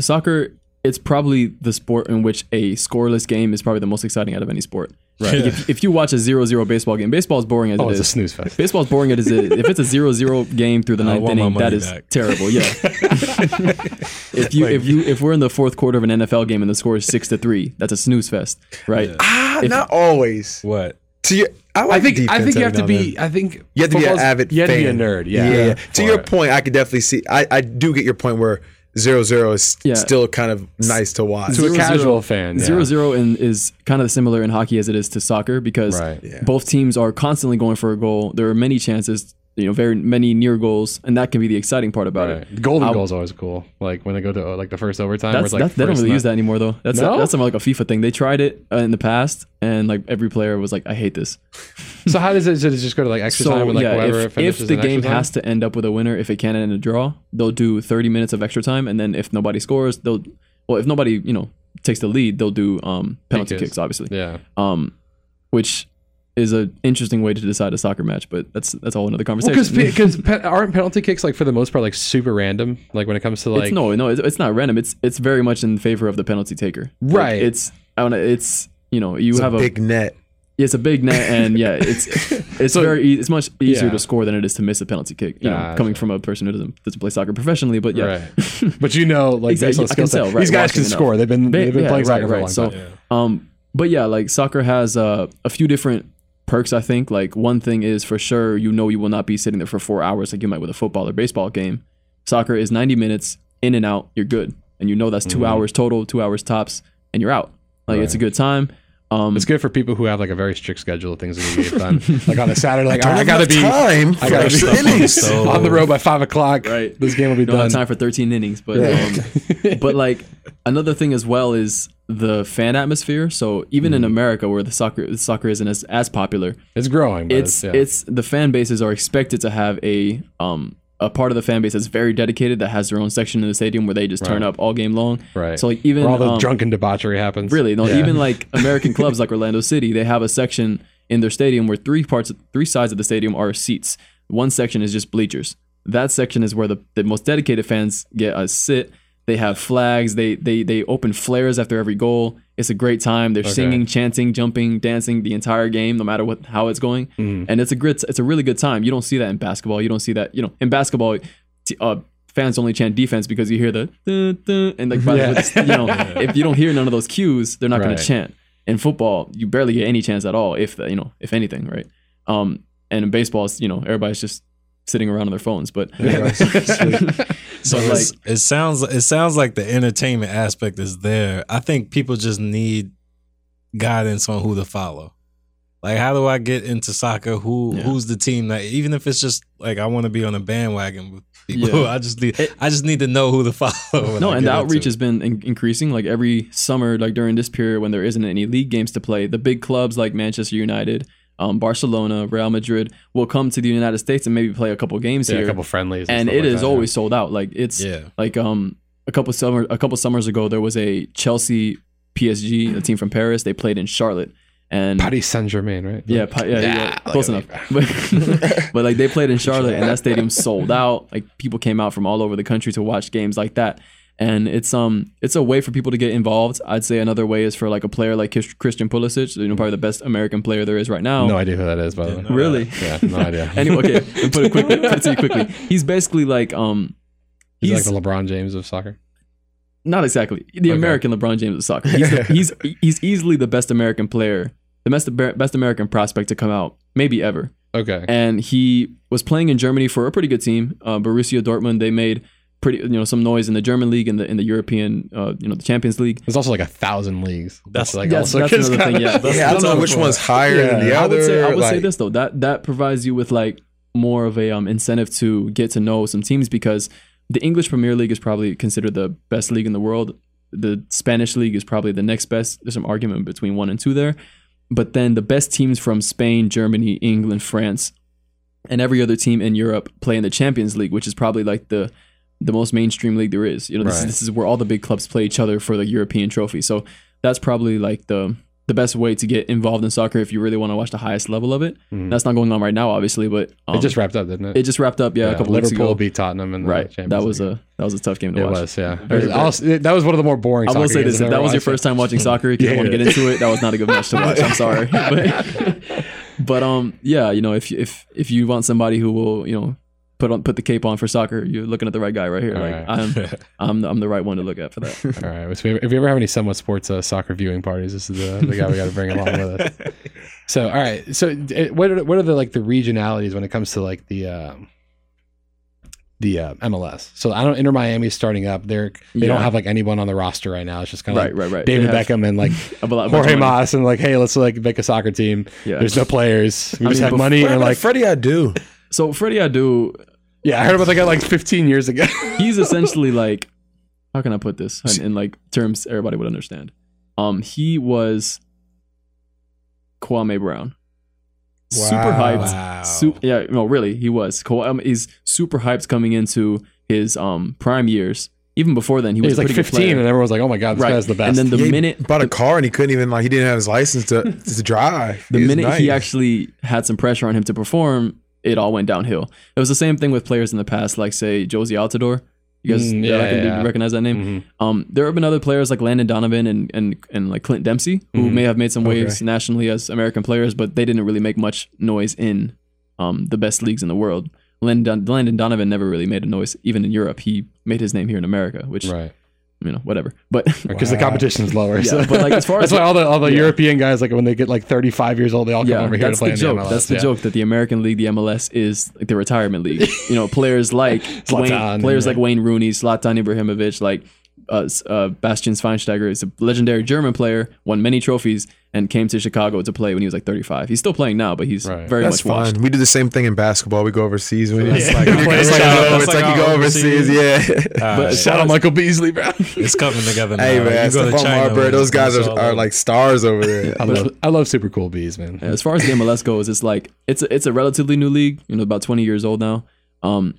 D: soccer. It's probably the sport in which a scoreless game is probably the most exciting out of any sport. Right. If, if you watch a 0-0 baseball game, baseball is boring as
A: oh,
D: it
A: it's a
D: is.
A: snooze fest.
D: Baseball's boring as it is. If it's a 0-0 game through the ninth
B: want my
D: inning, that
B: money
D: is
B: back.
D: terrible. Yeah. if you if you if we're in the fourth quarter of an NFL game and the score is six to three, that's a snooze fest, right?
C: Ah, not always.
B: What?
C: To your, I, like
A: I think I
C: defense
A: think you
C: every
A: have to
C: now and then.
A: be. I think
C: You have to be an
A: football's-
C: avid.
A: You have to be a
C: fan.
A: nerd. Yeah.
C: yeah.
A: for
C: To your
A: it.
C: point, I could definitely see. I, I do get your point where zero zero is
D: Yeah.
C: still kind of nice to watch.
A: to a
D: Zero,
A: casual
D: zero.
A: fan, yeah.
D: Zero zero in, is kind of similar in hockey as it is to soccer because
A: Right. Yeah.
D: both teams are constantly going for a goal. There are many chances, you know, very many near goals, and that can be the exciting part about it.
A: Right. Golden goal is always cool. Like when they go to uh, like the first overtime, where
D: That's,
A: it's like
D: that, they don't
A: first
D: really
A: ni-
D: use that anymore though. That's
A: No?
D: that's like a FIFA thing. They tried it uh, in the past, and like every player was like, "I hate this."
A: So how does it? Does it just go to like extra time?
D: <laughs> So
A: With, like
D: yeah,
A: whoever
D: if, if
A: finishes
D: the
A: in
D: game
A: extra time?
D: has to end up with a winner, if it can't end in a draw, they'll do 30 minutes of extra time, and then if nobody scores, they'll well, if nobody you know takes the lead, they'll do um, penalty
A: kicks.
D: kicks, obviously. <laughs>
A: yeah,
D: um, which is an interesting way to decide a soccer match, but that's that's all another conversation.
A: because because pe- aren't penalty kicks like for the most part like super random? Like when it comes to like
D: it's no, no, it's, it's not random. It's it's very much in favor of the penalty taker. Like,
A: Right.
D: it's I don't know. It's you know you
C: It's
D: have
C: a
D: a,
C: big net.
D: it's a big net
A: <laughs>
D: and yeah it's it's very e- it's much easier
A: Yeah.
D: to score than it is to miss a penalty kick. You know,
A: Gotcha.
D: coming from a person who doesn't doesn't play soccer professionally, but yeah. <laughs>
A: right. but you know, like
D: Exactly,
A: based
D: I
A: on
D: can
A: skill set,
D: tell, right,
A: these guys
D: watching
A: can
D: enough.
A: score. They've been
D: Ba-
A: they've been
D: yeah,
A: playing
D: right,
A: soccer for a
D: right.
A: long
D: So,
A: time.
D: Um, but yeah, like soccer has uh, a few different perks. I think like one thing is for sure you know you will not be sitting there for four hours like you might with a football or baseball game. Soccer is ninety minutes in and out. You're good, and you know that's 2 hours total, two hours tops, and you're out. Like it's a good time. Um,
A: It's good for people who have like a very strict schedule of things that need to get <laughs> done. like on a Saturday, like "All right, I gotta
C: Enough
A: be
C: time
A: I
C: for
A: gotta
C: extra
A: be
C: innings.
B: So-
A: on the road by five o'clock.
D: Right.
A: this game will be
D: don't
A: done.
D: have time for 13 innings, but um, but like another thing as well is the fan atmosphere. So even in America, where the soccer soccer isn't as, as popular,
A: <laughs> It's growing. But
D: it's
A: yeah.
D: it's the fan bases are expected to have a um a part of the fan base that's very dedicated that has their own section in the stadium where they just turn
A: Right.
D: up all game long.
A: Right.
D: So like even
A: where all the
D: um,
A: drunken debauchery happens.
D: really no
A: Yeah. <laughs>
D: even like American clubs like Orlando City they have a section in their stadium where three parts three sides of the stadium are seats. One section is just bleachers. That section is where the, the most dedicated fans get a sit. They have flags. They they they open flares after every goal. It's a great time. They're singing, chanting, jumping, dancing the entire game, no matter what how it's going.
A: Mm.
D: <laughs>
A: <laughs>
D: And it's a great, it's a really good time. You don't see that in basketball. You don't see that. You know, in basketball, t- uh, fans only chant defense because you hear the "Dun, dun," and like by
A: <laughs> Yeah.
D: the, you know if you don't hear none of those cues, they're not going
A: Right.
D: to chant. In football, you barely get any chance at all, if you know if anything, right? Um, and in baseball, it's, you know everybody's just sitting around on their
A: <laughs>
D: phones, but <laughs>
B: So
D: But,
B: it's- it sounds it sounds like the entertainment aspect is there. I think people just need guidance on who to follow. Like how do I get into soccer? Who
D: Yeah.
B: who's the team that even if it's just like I want to be on a bandwagon with people, <laughs>
D: Yeah.
B: I just need
D: It-
B: I just need to know who to <laughs> follow. when
D: no,
B: I
D: and the
B: get
D: outreach
B: into it.
D: has been in- increasing. Like every summer, like during this period when there isn't any league games to play, the big clubs like Manchester United, um, Barcelona, Real Madrid will come to the United States and maybe play a couple games
A: Yeah,
D: here.
A: a couple friendlies,
D: and
A: stuff
D: it
A: like
D: is
A: that, yeah.
D: always sold out. Like it's
B: yeah.
D: like um a couple summer a couple summers ago there was a Chelsea PSG, a team from Paris. They played in Charlotte, and
A: Paris Saint Germain, right?
D: yeah, pa- yeah, yeah,
A: Yeah,
D: yeah,
A: look
D: close
A: at
D: enough. <laughs> But, but like they played in Charlotte, and that stadium sold out. Like people came out from all over the country to watch games like that, and it's um it's a way for people to get involved. I'd say another way is for like a player like Kis- Christian Pulisic, you know, probably the best American player there is right now.
A: No idea who that is, by the way.
B: Yeah, no.
D: <laughs> really.
A: Yeah, no idea.
D: <laughs> anyway,
A: <laughs>
D: okay, and put it quickly. Put it to you quickly. He's basically like um
A: he's,
D: he's-
A: like the LeBron James of soccer.
D: not exactly the
A: Okay.
D: American LeBron James of
A: <laughs>
D: soccer. He's, the, he's he's easily the best American player, the best best American prospect to come out maybe ever.
A: Okay.
D: And he was playing in Germany for a pretty good team, uh, Borussia Dortmund. They made pretty you know some noise in the German league and the in the European uh, you know the Champions League.
A: There's also like a thousand leagues.
B: That's-
A: like
D: that's-
A: also
D: that's
A: gets
D: another
A: <laughs>
D: thing,
A: kinda-
D: yeah.
B: That's
C: yeah, I don't
B: the
C: know
B: tough
C: which
B: one.
C: one's higher than the
D: I
C: other.
D: would say I would say
C: like-
D: this though that that provides you with like more of a um, incentive to get to know some teams because the English Premier League is probably considered the best league in the world. The Spanish league is probably the next best. There's some argument between one and two there, but then the best teams from Spain, Germany, England, France, and every other team in Europe play in the Champions League, which is probably like the the most mainstream league there is. You know, this,
A: Right.
D: is, this is where all the big clubs play each other for the European trophy. So that's probably like the the best way to get involved in soccer if you really want to watch the highest level of it.
A: Mhm.
D: That's not going on right now, obviously, but um,
A: It just wrapped up, didn't it?
D: it just wrapped up. Yeah, a couple
A: Liverpool
D: weeks ago.
A: beat Tottenham in the
D: right,
A: Champions
D: that was
A: League.
D: a that was a tough game to
A: It
D: watch.
A: was, yeah.
D: Very
A: There's
D: bad.
A: also- it- that was one of the more boring.
D: I will
A: soccer
D: say
A: games
D: this:
A: I've
D: if that
A: ever
D: was your
A: watched.
D: first
A: <laughs>
D: time watching soccer, if you don't want to
A: Yeah.
D: get into it, that was not a good match to watch.
A: <laughs>
D: I'm sorry, but but um, yeah, you know, if if if you want somebody who will, you know, put on put the cape on for soccer, you're looking at the right guy right here.
A: All
D: like
A: right. <laughs>
D: I'm I'm the, I'm the right one to look at for that.
A: <laughs> All right. If we, if we ever have any somewhat sports uh, soccer viewing parties, this is uh, the, the guy we got to bring along with us.
D: <laughs>
A: So, all right. So, d- what are, what are the like the regionalities when it comes to like the um, the uh, MLS? So, I don't Inter Miami is starting up. They're they don't
D: Yeah.
A: have like anyone on the roster right now. It's just kind of
D: right, right, right.
A: David
D: They have
A: Beckham and like
D: a lot- <laughs> a bunch of
A: Jorge
D: money.
A: Mas and like, hey, let's like make a soccer team.
D: Yeah.
A: There's no players. We
D: I
A: just
D: mean,
A: have
D: before-
A: money
C: What
A: and
C: happened to
A: like
C: Freddie, I do.
D: So Freddie Adu,
A: yeah, I heard about that guy like 15 years ago.
D: <laughs> he's
A: <laughs>
D: essentially like, how can I put this in, in like terms everybody would understand? Um, he was Kwame Brown, super
C: Wow.
D: hyped.
B: Wow.
D: Su- yeah, no, really, he was. Kwa- um, he's super hyped coming into his um prime years. Even before then, he
A: He
D: was
A: was
D: a
A: like
D: pretty
A: 15
D: Good
A: and
D: player.
A: everyone's like, oh my god, this
D: Right.
A: guy's the best.
D: And then the
C: Yeah, he
D: minute
C: bought a car and he couldn't even like he didn't have his license to, to drive.
D: the
C: He's
D: minute
C: nice.
D: he actually had some pressure on him to perform, it all went downhill. It was the same thing with players in the past, like say Josie Altidore. You guys
A: Mm, yeah,
D: I can-
A: yeah. <laughs>
D: recognize that name?
A: Mhm.
D: Um, there have been other players like Landon Donovan and and, and like Clint Dempsey who
A: Mhm.
D: may have made some
C: Okay.
D: waves nationally as American players, but they didn't really make much noise in um, the best leagues in the world. Landon, Landon Donovan never really made a noise even in Europe. He made his name here in America, which
A: right.
D: you know whatever. But <laughs>
A: because the
C: Wow.
A: competition's lower.
D: yeah,
A: so.
D: but like
A: <laughs>
D: as far
A: that's
D: as
A: why all the all the
D: yeah.
A: European guys like when they get like 35 years old, they all come over here to
D: that's
A: play
D: the
A: in
D: joke.
A: the MLS.
D: that's the
A: yeah.
D: joke that the American League, the MLS, is like the retirement league. you
A: <laughs>
D: know, players like
A: Zlatan,
D: Wayne, players
A: yeah.
D: like Wayne Rooney, Zlatan Ibrahimovic, like uh, S- uh, Bastian Schweinsteiger is a legendary German player, won many trophies, and came to Chicago to play when he was like 35. He's still playing now, but he's
A: Right.
D: very
C: That's
D: much
C: fine.
D: watched.
C: We do the same thing in basketball. We go overseas. When it's
D: <laughs>
C: like,
B: like-
C: it's
B: that's
C: like,
B: like
C: oh,
B: our-
C: it's
B: that's
C: like you
B: like
C: go
B: our
C: overseas.
B: overseas.
C: Yeah.
B: All right.
A: Shout out Michael Beasley,
D: <laughs>
A: bro.
B: It's coming together now.
C: Hey man,
B: You go to
C: Stephon
B: China,
C: Marbury,
B: man.
C: those guys
B: It's
C: are,
B: all
C: are
B: over.
C: like stars over
B: <laughs>
C: there.
A: I love I love super cool bees, man.
D: As far as the MLS goes, it's like it's a, it's a relatively new league. You know, about 20 years old now. Um,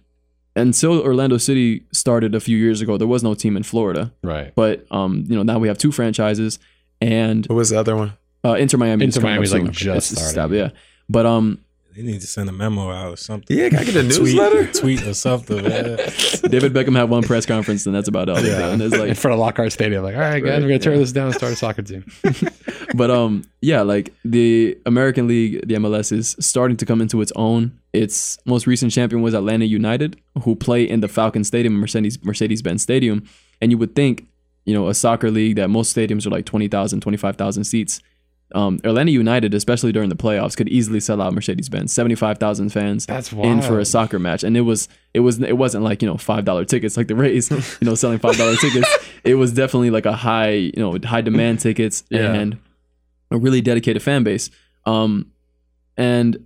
D: until Orlando City started a few years ago, there was no team in Florida.
A: Right.
D: But um, you know, now we have two franchises, and
C: What was the other one?
D: Uh, Inter Miami. is
A: Inter
D: coming up
A: Miami's, like,
D: soon.
A: just
D: It's- it's
A: starting.
D: stab- yeah, but um, <laughs>
B: They need to send a memo out or something.
A: <laughs>
C: Yeah, can I get a
B: tweet,
C: newsletter?
B: <laughs> tweet or something. man.
D: David Beckham had one press conference, and that's about all.
A: Yeah.
D: And it's
A: in <laughs>
D: like,
A: front of Lockhart Stadium, like, all right, guys,
D: Right,
A: we're gonna tear
D: yeah.
A: this down and start a soccer team.
D: but um, yeah, like the American League, the MLS is starting to come into its own. Its most recent champion was Atlanta United, who play in the Falcon Stadium, Mercedes Mercedes Benz Stadium. And you would think, you know, a soccer league that most stadiums are like 20,000, 25,000 seats. Um, Atlanta United, especially during the playoffs, could easily sell out Mercedes Benz, seventy five thousand fans
A: That's
D: in for a
A: wild.
D: soccer match, and it was it was it wasn't like you know five dollar tickets like
A: <laughs>
D: the Rays, you know, selling five dollar tickets. It was definitely like a high you know high
A: <laughs>
D: demand tickets
A: Yeah.
D: and a really dedicated fan base. Um, and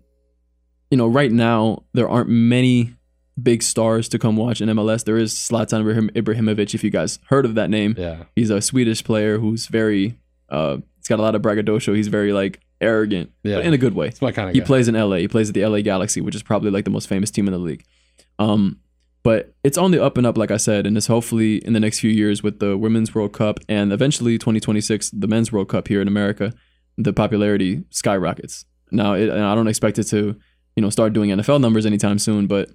D: you know, right now there aren't many big stars to come watch in MLS. There is Zlatan Ibrahim- Ibrahimovic, if you guys heard of that name.
A: Yeah.
D: He's a Swedish player who's very uh, he's got a lot of braggadocio. He's very like arrogant,
A: Yeah.
D: but in a good way.
A: It's my kind of
D: He
A: guy.
D: plays in LA. He plays at the LA Galaxy, which is probably like the most famous team in the league. Um, but it's on the up and up, like I said, and it's hopefully in the next few years with the Women's World Cup and eventually 2026, the Men's World Cup here in America, the popularity skyrockets. Now, it, and I don't expect it to, you know, start doing NFL numbers anytime soon, but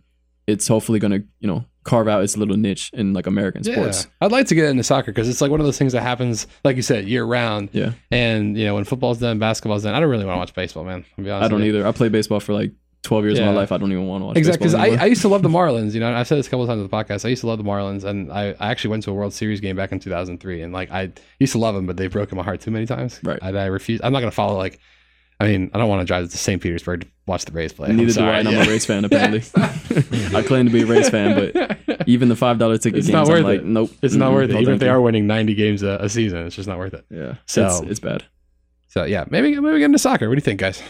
D: it's hopefully going to, you know, carve out its little niche in like American sports.
A: I'd like to get into soccer because it's like one of those things that happens, like you said, year round.
D: Yeah.
A: And you know, when football's done, basketball's done. I don't really want to watch baseball, man. I'll be honest.
D: I don't
A: with you.
D: either. I played baseball for like 12 years of
A: Yeah.
D: my life. I don't even want to watch
A: Exactly, because
D: baseball
A: I,
D: anymore.
A: I used to love
D: <laughs>
A: the Marlins. You know, and I've said this a couple of times on the podcast. I used to love the Marlins, and I, I actually went to a World Series game back in 2003, and like I used to love them, but they've broken my heart too many times.
D: Right.
A: and I refuse. I'm not going to follow. Like, I mean, I don't want to drive to St. Petersburg to watch the Rays play. I'm
D: Neither do
A: sorry.
D: I, and
A: Yeah.
D: I'm a
C: <laughs>
D: Rays fan apparently. <laughs>
A: <laughs>
D: I claim to be a Rays fan, but even the five dollar ticket
A: It's
D: games,
A: not
D: I'm
A: worth
D: like,
A: it.
D: nope,
A: <laughs> It's not
D: mm-mm,
A: worth it.
D: no
A: Even if
D: thank
A: they
D: you.
A: are winning 90 games a, a season, it's just not worth it.
D: Yeah,
A: So-
D: it's, it's bad.
A: So yeah, maybe maybe we get into soccer. What do you think, guys?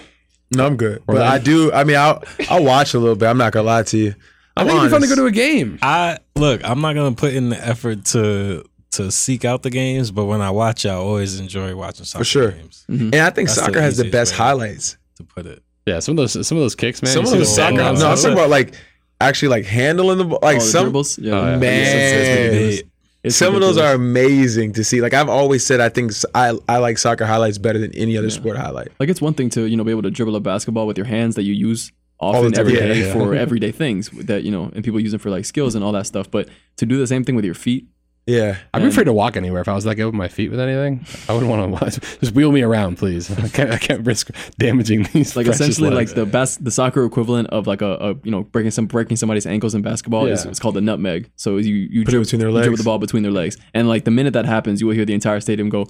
C: No, I'm good.
A: Or
C: But
A: like-
C: I do. I mean, I'll I'll watch a little bit. I'm not gonna lie to you.
A: I
C: I'm
A: think it'd be fun to
C: honest.
A: go to a game.
B: I look. I'm not gonna put in the effort to to seek out the games, but when I watch, I always enjoy watching soccer
C: sure.
B: games.
C: And I think
B: That's the
C: soccer has the
B: easiest
C: best
B: way.
C: highlights.
B: To put it,
A: Yeah, some of those some of those kicks, man. you
C: some of
A: see
C: those
A: the
C: soccer.
A: ball
C: No,
A: bounce
C: I'm
A: off
C: talking
A: it.
C: about like actually like handling the ball. Like
D: Oh, the
C: some
D: dribbles? Yeah,
A: Oh, yeah.
C: man.
B: They-
D: It's
C: some of those are
D: ridiculous.
C: amazing to see. Like I've always said, I think s- I, I like soccer highlights better than any other
D: Yeah.
C: sport highlight.
D: like it's one thing to you know be able to dribble a basketball with your hands that you use
C: the
D: often
C: time.
D: every
C: Yeah,
D: day
A: yeah.
C: <laughs>
D: for everyday things that you know and people use them for like skills and all that stuff, but to do the same thing with your feet,
C: Yeah,
A: I'd be afraid to walk anywhere if I was like open my feet with anything. I wouldn't want to <laughs> just wheel me around, please. <laughs> I can't, I can't risk damaging these.
D: like
A: precious
D: essentially
A: legs.
D: like the bas- the soccer equivalent of like a, a you know breaking some breaking somebody's ankles in basketball is
A: Yeah.
D: it's called a nutmeg. So you you
C: put it between their
D: You dribble
C: legs.
D: the ball between their legs. And like the minute that happens, you will hear the entire stadium go,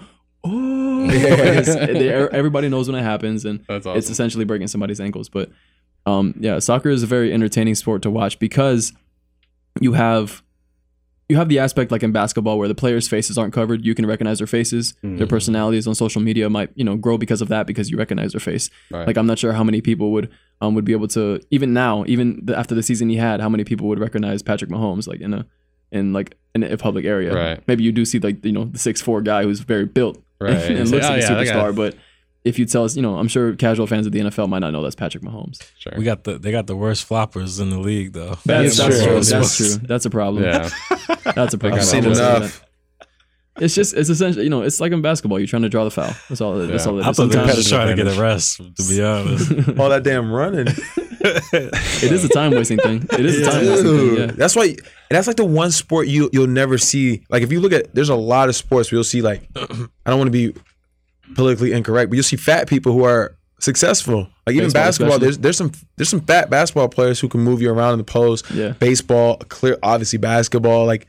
D: "Oh!" <laughs> Because they- er, everybody knows when it happens, and
A: that's
D: it's essentially breaking somebody's ankles. But um, yeah, soccer is a very entertaining sport to watch because you have you have the aspect like in basketball where the players' faces aren't covered. You can recognize their faces. Their
A: Mhm.
D: personalities on social media might you know grow because of that because you recognize their face.
A: Right.
D: Like <laughs> I'm not sure how many people would um would be able to even now even the, after the season he had how many people would recognize Patrick Mahomes like in a in like in a public area.
A: Right.
D: Maybe you do see like you know the six four guy who's very built <laughs>
A: Right.
D: and
A: It's
D: looks
A: like,
D: like
A: "Oh,
D: a
A: yeah, that guy."
D: superstar, but. If you tell us, you know, I'm sure casual fans of the NFL might not know that's Patrick Mahomes.
A: Sure.
B: we got the they got the worst floppers in the league though.
D: That's,
C: Yeah,
D: that's
C: sure.
D: true.
C: That's
D: That's true. That's a problem.
A: <laughs> yeah.
D: That's a problem.
C: I've seen
A: I was-
C: enough.
D: It's just, it's essentially, you know, it's like in basketball. You're trying to draw the foul. That's all. That's
A: Yeah.
D: all. It
B: I
D: is.
B: thought they were just
D: Sometimes
B: trying to get a rest. To be
C: <laughs>
B: honest,
C: All that damn running.
D: <laughs> it is a time wasting thing. It is a time wasting thing.
C: Dude,
D: Yeah.
C: That's why. and That's like the one sport you you'll never see. Like if you look at, there's a lot of sports where you'll see like, <clears throat> I don't want to be politically incorrect, but you'll see fat people who are successful. Like even
D: Baseball
C: basketball,
D: especially.
C: there's there's some there's some fat basketball players who can move you around in the post.
D: Yeah.
C: Baseball, clear, obviously basketball. Like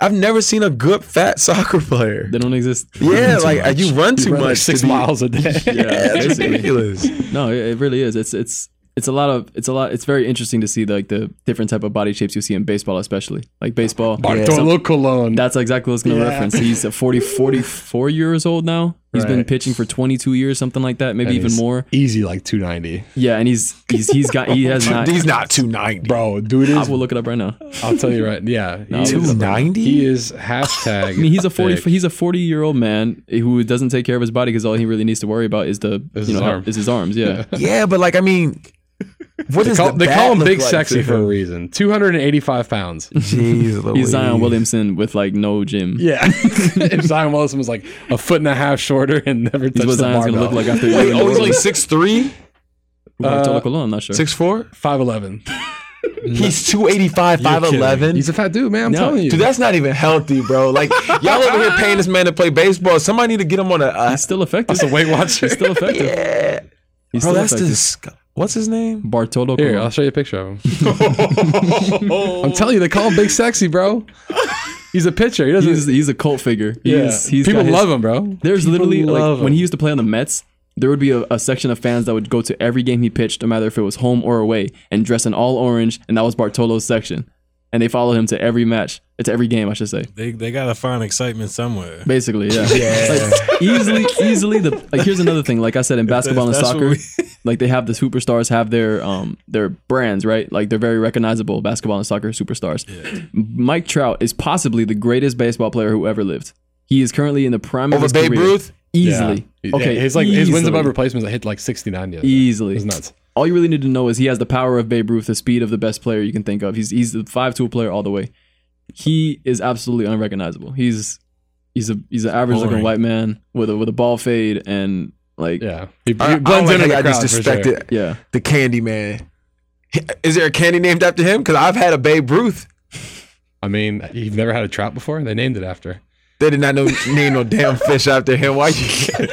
C: I've never seen a good fat <laughs> soccer player.
D: They
A: <laughs>
D: don't exist.
C: Yeah, like you run too
A: Run, like,
C: much.
A: six
C: to be-
A: miles a day.
D: <laughs> Yeah.
C: That's
D: basically.
C: <laughs> ridiculous.
D: No, it, it really is. It's it's it's a lot of it's a lot. It's very interesting to see like the different type of body shapes you see in baseball, especially like
A: <laughs>
D: baseball.
A: Bartolo Colon.
D: That's exactly what I was going to
A: Yeah.
D: reference. He's
A: <laughs>
D: a 40, 44 years old now. He's been
A: Right.
D: pitching for 22 years, something like that, maybe
A: And
D: even
A: he's
D: more.
A: Easy like 290.
D: Yeah, and he's he's he's got he
A: <laughs>
D: has not.
C: He's not two ninety.
A: Bro, dude
D: <laughs> I
A: is.
D: will look it up
A: <laughs>
D: right now.
A: I'll tell you right. Yeah.
D: No,
A: he is-
C: Two
A: He
C: ninety.
A: is hashtag.
D: <laughs> I mean, he's a 40
A: big.
D: he's a 40 year old man who doesn't take care of his body because all he really needs to worry about is the
A: Is
D: you
A: his
D: know how-
A: arm.
D: is his arms.
A: <laughs>
D: Yeah,
C: Yeah, but like I mean, what
A: They
C: does
A: call,
C: the
A: they
C: bat
A: call him
C: look
A: Big
C: like
A: Sexy
C: to
A: for a
C: him?
A: reason. 285
D: <laughs>
A: pounds.
C: Jeez,
D: he's Zion
C: Louise.
D: Williamson with like no gym.
A: Yeah. <laughs> if Zion Wilson was like a foot and a half shorter and never
D: He's
A: touched
D: what
A: the
D: Zion's
A: barbell.
D: gonna look like
A: <laughs>
D: after
C: Wait, oh, he's
D: Who
C: only six three,
D: Bartolo
A: uh,
D: Colon, I'm not sure.
C: six four.
A: Five eleven.
C: He's two eighty five, five eleven.
A: He's a fat dude, man. I'm
D: No.
A: telling you.
C: Dude, that's not even healthy, bro.
A: <laughs>
C: Like y'all over here paying this man to play baseball. Somebody need to get him on a. Uh,
D: He's still effective.
A: Weight Watcher.
D: He's still effective.
C: yeah,
D: He's
C: bro,
D: still
C: that's
D: effective.
C: disgusting. What's his name?
D: Bartolo.
A: <laughs> Here,
D: Colon.
A: I'll show you a picture of him.
D: <laughs>
A: I'm telling you, they call him Big Sexy, bro. He's a pitcher. He doesn't.
D: he's, he's a cult figure.
A: yeah.
D: He's, he's
A: People
D: got his-
A: love him, bro.
D: There's
A: People
D: literally
A: love
D: like
A: him.
D: when he used to play on the Mets, there would be a, a section of fans that would go to every game he pitched, no matter if it was home or away, and dress in all orange, and that was Bartolo's section. And they followed him to every match, uh, to every game, I should say.
B: They they gotta find excitement somewhere.
D: Basically, yeah. <laughs> Like, easily, easily the like. Here's another thing. Like I said, in basketball and
B: that's
D: soccer,
B: what
D: <laughs> like they have the superstars have their um their brands, right? Like they're very recognizable basketball and soccer superstars. Mike Trout is possibly the greatest baseball player who ever lived. He is currently in the prime
C: Over
D: of his
C: Babe
D: career.
C: Ruth?
D: easily.
A: Yeah.
D: Okay,
A: his like his wins
D: easily.
A: above replacements. I hit like 69 the other day.
D: Easily.
A: It was nuts.
D: all you really need to know is he has the power of Babe Ruth, the speed of the best player you can think of. He's he's the five tool player all the way. He is absolutely unrecognizable. He's he's a he's an average looking
B: Boring.
D: white man with a with a ball fade and like yeah.
A: Yeah, he, he
C: I, I don't
A: blends
C: like
A: in with
C: how y'all
A: the crowd.
C: just
A: for sure.
C: disrespected
D: yeah.
C: the Candy Man. Is there a candy named after him? Because I've had a Babe Ruth.
A: I mean, you've never had a trout before. They named it after.
C: They did not know name no damn fish after him. Why <laughs> you?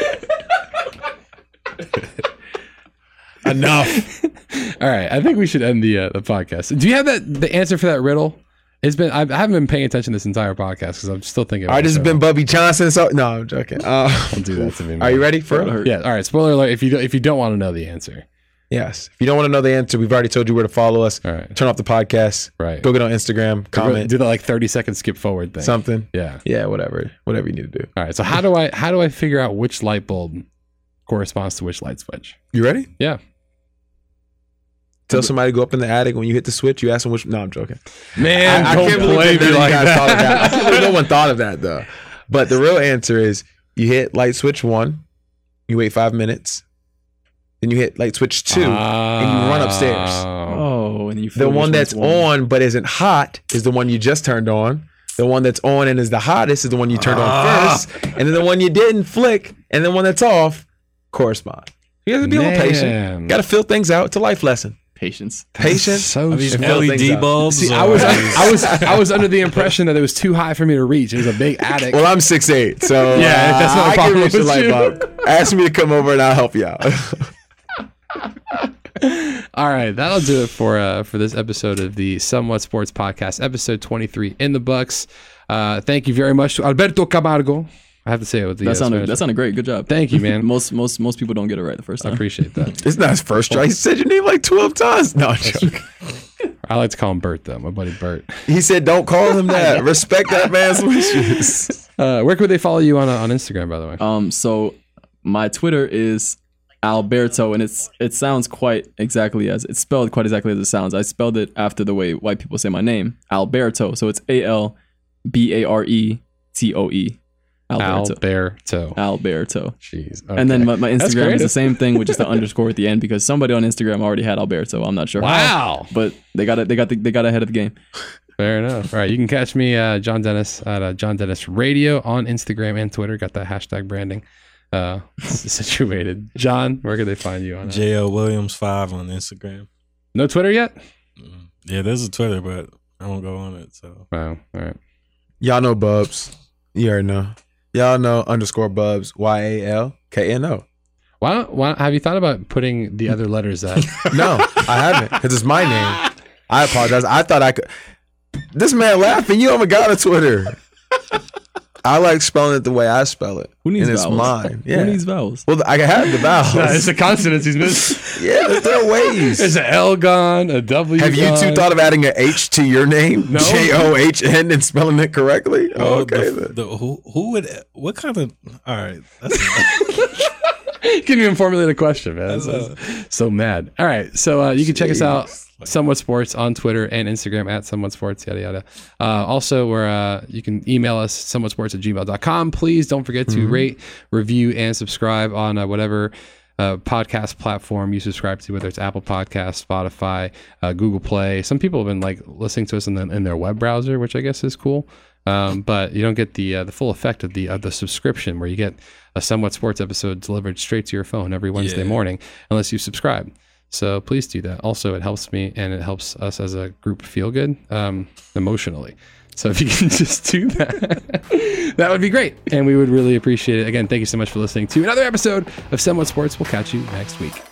C: Enough.
A: All right, I think we should end the uh, the podcast. Do you have that the answer for that riddle? It's been I've, I haven't been paying attention this entire podcast because I'm still thinking. about
C: I
A: it,
C: just
A: so
C: been Bubby Johnson. So no, I'm joking. Uh,
A: Don't do that to me.
C: <laughs> are you
A: man.
C: ready for it?
D: Hurt.
A: Yeah. All right. Spoiler alert. If you don't, if you don't want to know the answer,
C: Yes. If you don't want to know the answer, we've already told you where to follow us.
A: all right,
C: Turn off the podcast.
A: right.
C: Go get on Instagram. Comment
A: do that like 30 second skip forward thing.
C: something.
A: yeah.
C: Yeah, whatever. Whatever you need to do.
A: All right. So how do I how do I figure out which light bulb corresponds to which light switch?
C: You ready?
A: Yeah.
C: Tell somebody to go up in the attic. When you hit the switch, you ask them which. No, I'm joking.
A: Man,
C: I, I can't believe that like guys thought
A: <laughs>
C: of that. I can't believe no one thought of that though. But the real answer is you hit light switch one, you wait five minutes, then you hit light switch two. and you run upstairs.
A: Oh.
D: Oh, and you
C: the
D: feel
C: one
D: which
C: that's
D: one's warm.
C: on but isn't hot is the one you just turned on. The one that's on and is the hottest is the one you turned
A: Ah.
C: on first, and then the one you didn't flick, and the one that's off correspond. You have to be a little patient.
A: Man.
C: Got to fill things out. It's a life lesson.
D: patience.
C: Patience.
A: So
B: these
A: stupid.
C: It fills things
B: LED
C: up.
B: bulbs.
A: See,
B: or-
A: I was I was I was under the impression that it was too high for me to reach. It was a big attic.
C: Well, I'm six eight, so
A: <laughs> Yeah,
C: uh,
A: that's not a
C: I can
A: problem
C: reach the
A: with
C: light
A: you. <laughs>
C: bulb. Ask me to come over and I'll help you out. <laughs>
A: All right, that'll do it for uh, for this episode of the Somewhat Sports Podcast, episode 23 in the Bucks. Uh, thank you very much to Alberto Camargo. I have to say it with the
D: That
A: uh,
D: sounded
A: Spanish-
D: that sounded great. Good job.
A: Thank
D: <laughs>
A: you, man.
D: most most most people don't get it right the first
A: I
D: time.
A: appreciate
D: <laughs>
A: that.
C: it's not his first try. He said your name like twelve times. No, I'm
A: <laughs>
C: joking.
A: I like to call him Bert though, my buddy Bert.
C: he said don't call him that. Respect
A: <laughs>
C: that man's wishes.
A: Uh, where could they follow you on uh, on Instagram, by the way?
D: Um, so my Twitter is Alberto, and it's it sounds quite exactly as it's spelled quite exactly as it sounds. I spelled it after the way white people say my name, Alberto. So it's A L B A R E T O E, Alberto.
A: Alberto.
D: Alberto.
A: Jeez.
D: And then my, my
A: That's
D: Instagram is the
A: creative.
D: same thing
A: <laughs>
D: with just the underscore at the end because somebody on Instagram already had Alberto. I'm not sure. how,
A: Wow.
D: But they got it. They got the, they got ahead of the game.
A: Fair enough. All right, you can catch me, uh, John Dennis, at uh, John Dennis Radio on Instagram and Twitter. Got that hashtag branding uh, <laughs> s- situated. John, where could they find you on? Uh,
B: JL Williams five on Instagram.
A: no Twitter yet?
B: Mm. Yeah, there's a Twitter, but I won't go on it. So
A: Wow. All right.
C: Y'all know Bubs. You already know. Y'all know underscore Bubs. Y A L K N O.
A: Why don't, why don't, have you thought about putting the other letters that
C: No, I haven't because it's my name. I apologize. I thought I could. This man laughing. You haven't got a Twitter. I like spelling it the way I spell it.
D: Who needs
C: and it's
D: vowels?
C: mine. Yeah.
D: Who needs vowels?
C: Well, I can have the
D: <laughs>
C: vowels.
A: the consonants he's <laughs> missed.
C: yeah, there's there are ways.
A: There's an L gone, a W.
C: Have you two
A: gone.
C: thought of adding an H to your name?
A: No.
C: J O H N and spelling it correctly?
B: Oh,
C: okay.
B: the,
C: then.
B: the- who who would what kind of all right? That's,
A: <laughs> You Couldn't even formulate a question, man. That's- that's so mad. All right. So uh, you can check us out, Somewhat Sports, on Twitter and Instagram at Somewhat Sports, yada, yada. Uh, also, where uh, you can email us, somewhatsports at gmail.com. Please don't forget to rate, review, and subscribe on uh, whatever. Uh, podcast platform you subscribe to, whether it's Apple Podcasts, Spotify, uh, Google Play. Some people have been like listening to us in, the, in their web browser, which I guess is cool. Um, but you don't get the uh, the full effect of the of the subscription, where you get a somewhat sports episode delivered straight to your phone every Wednesday
B: Yeah.
A: morning, unless you subscribe. So please do that. Also, it helps me and it helps us as a group feel good um, emotionally. So if you can <laughs> just do that, <laughs> that would be great, and we would really appreciate it. Again, thank you so much for listening to another episode of Somewhat Sports. We'll catch you next week.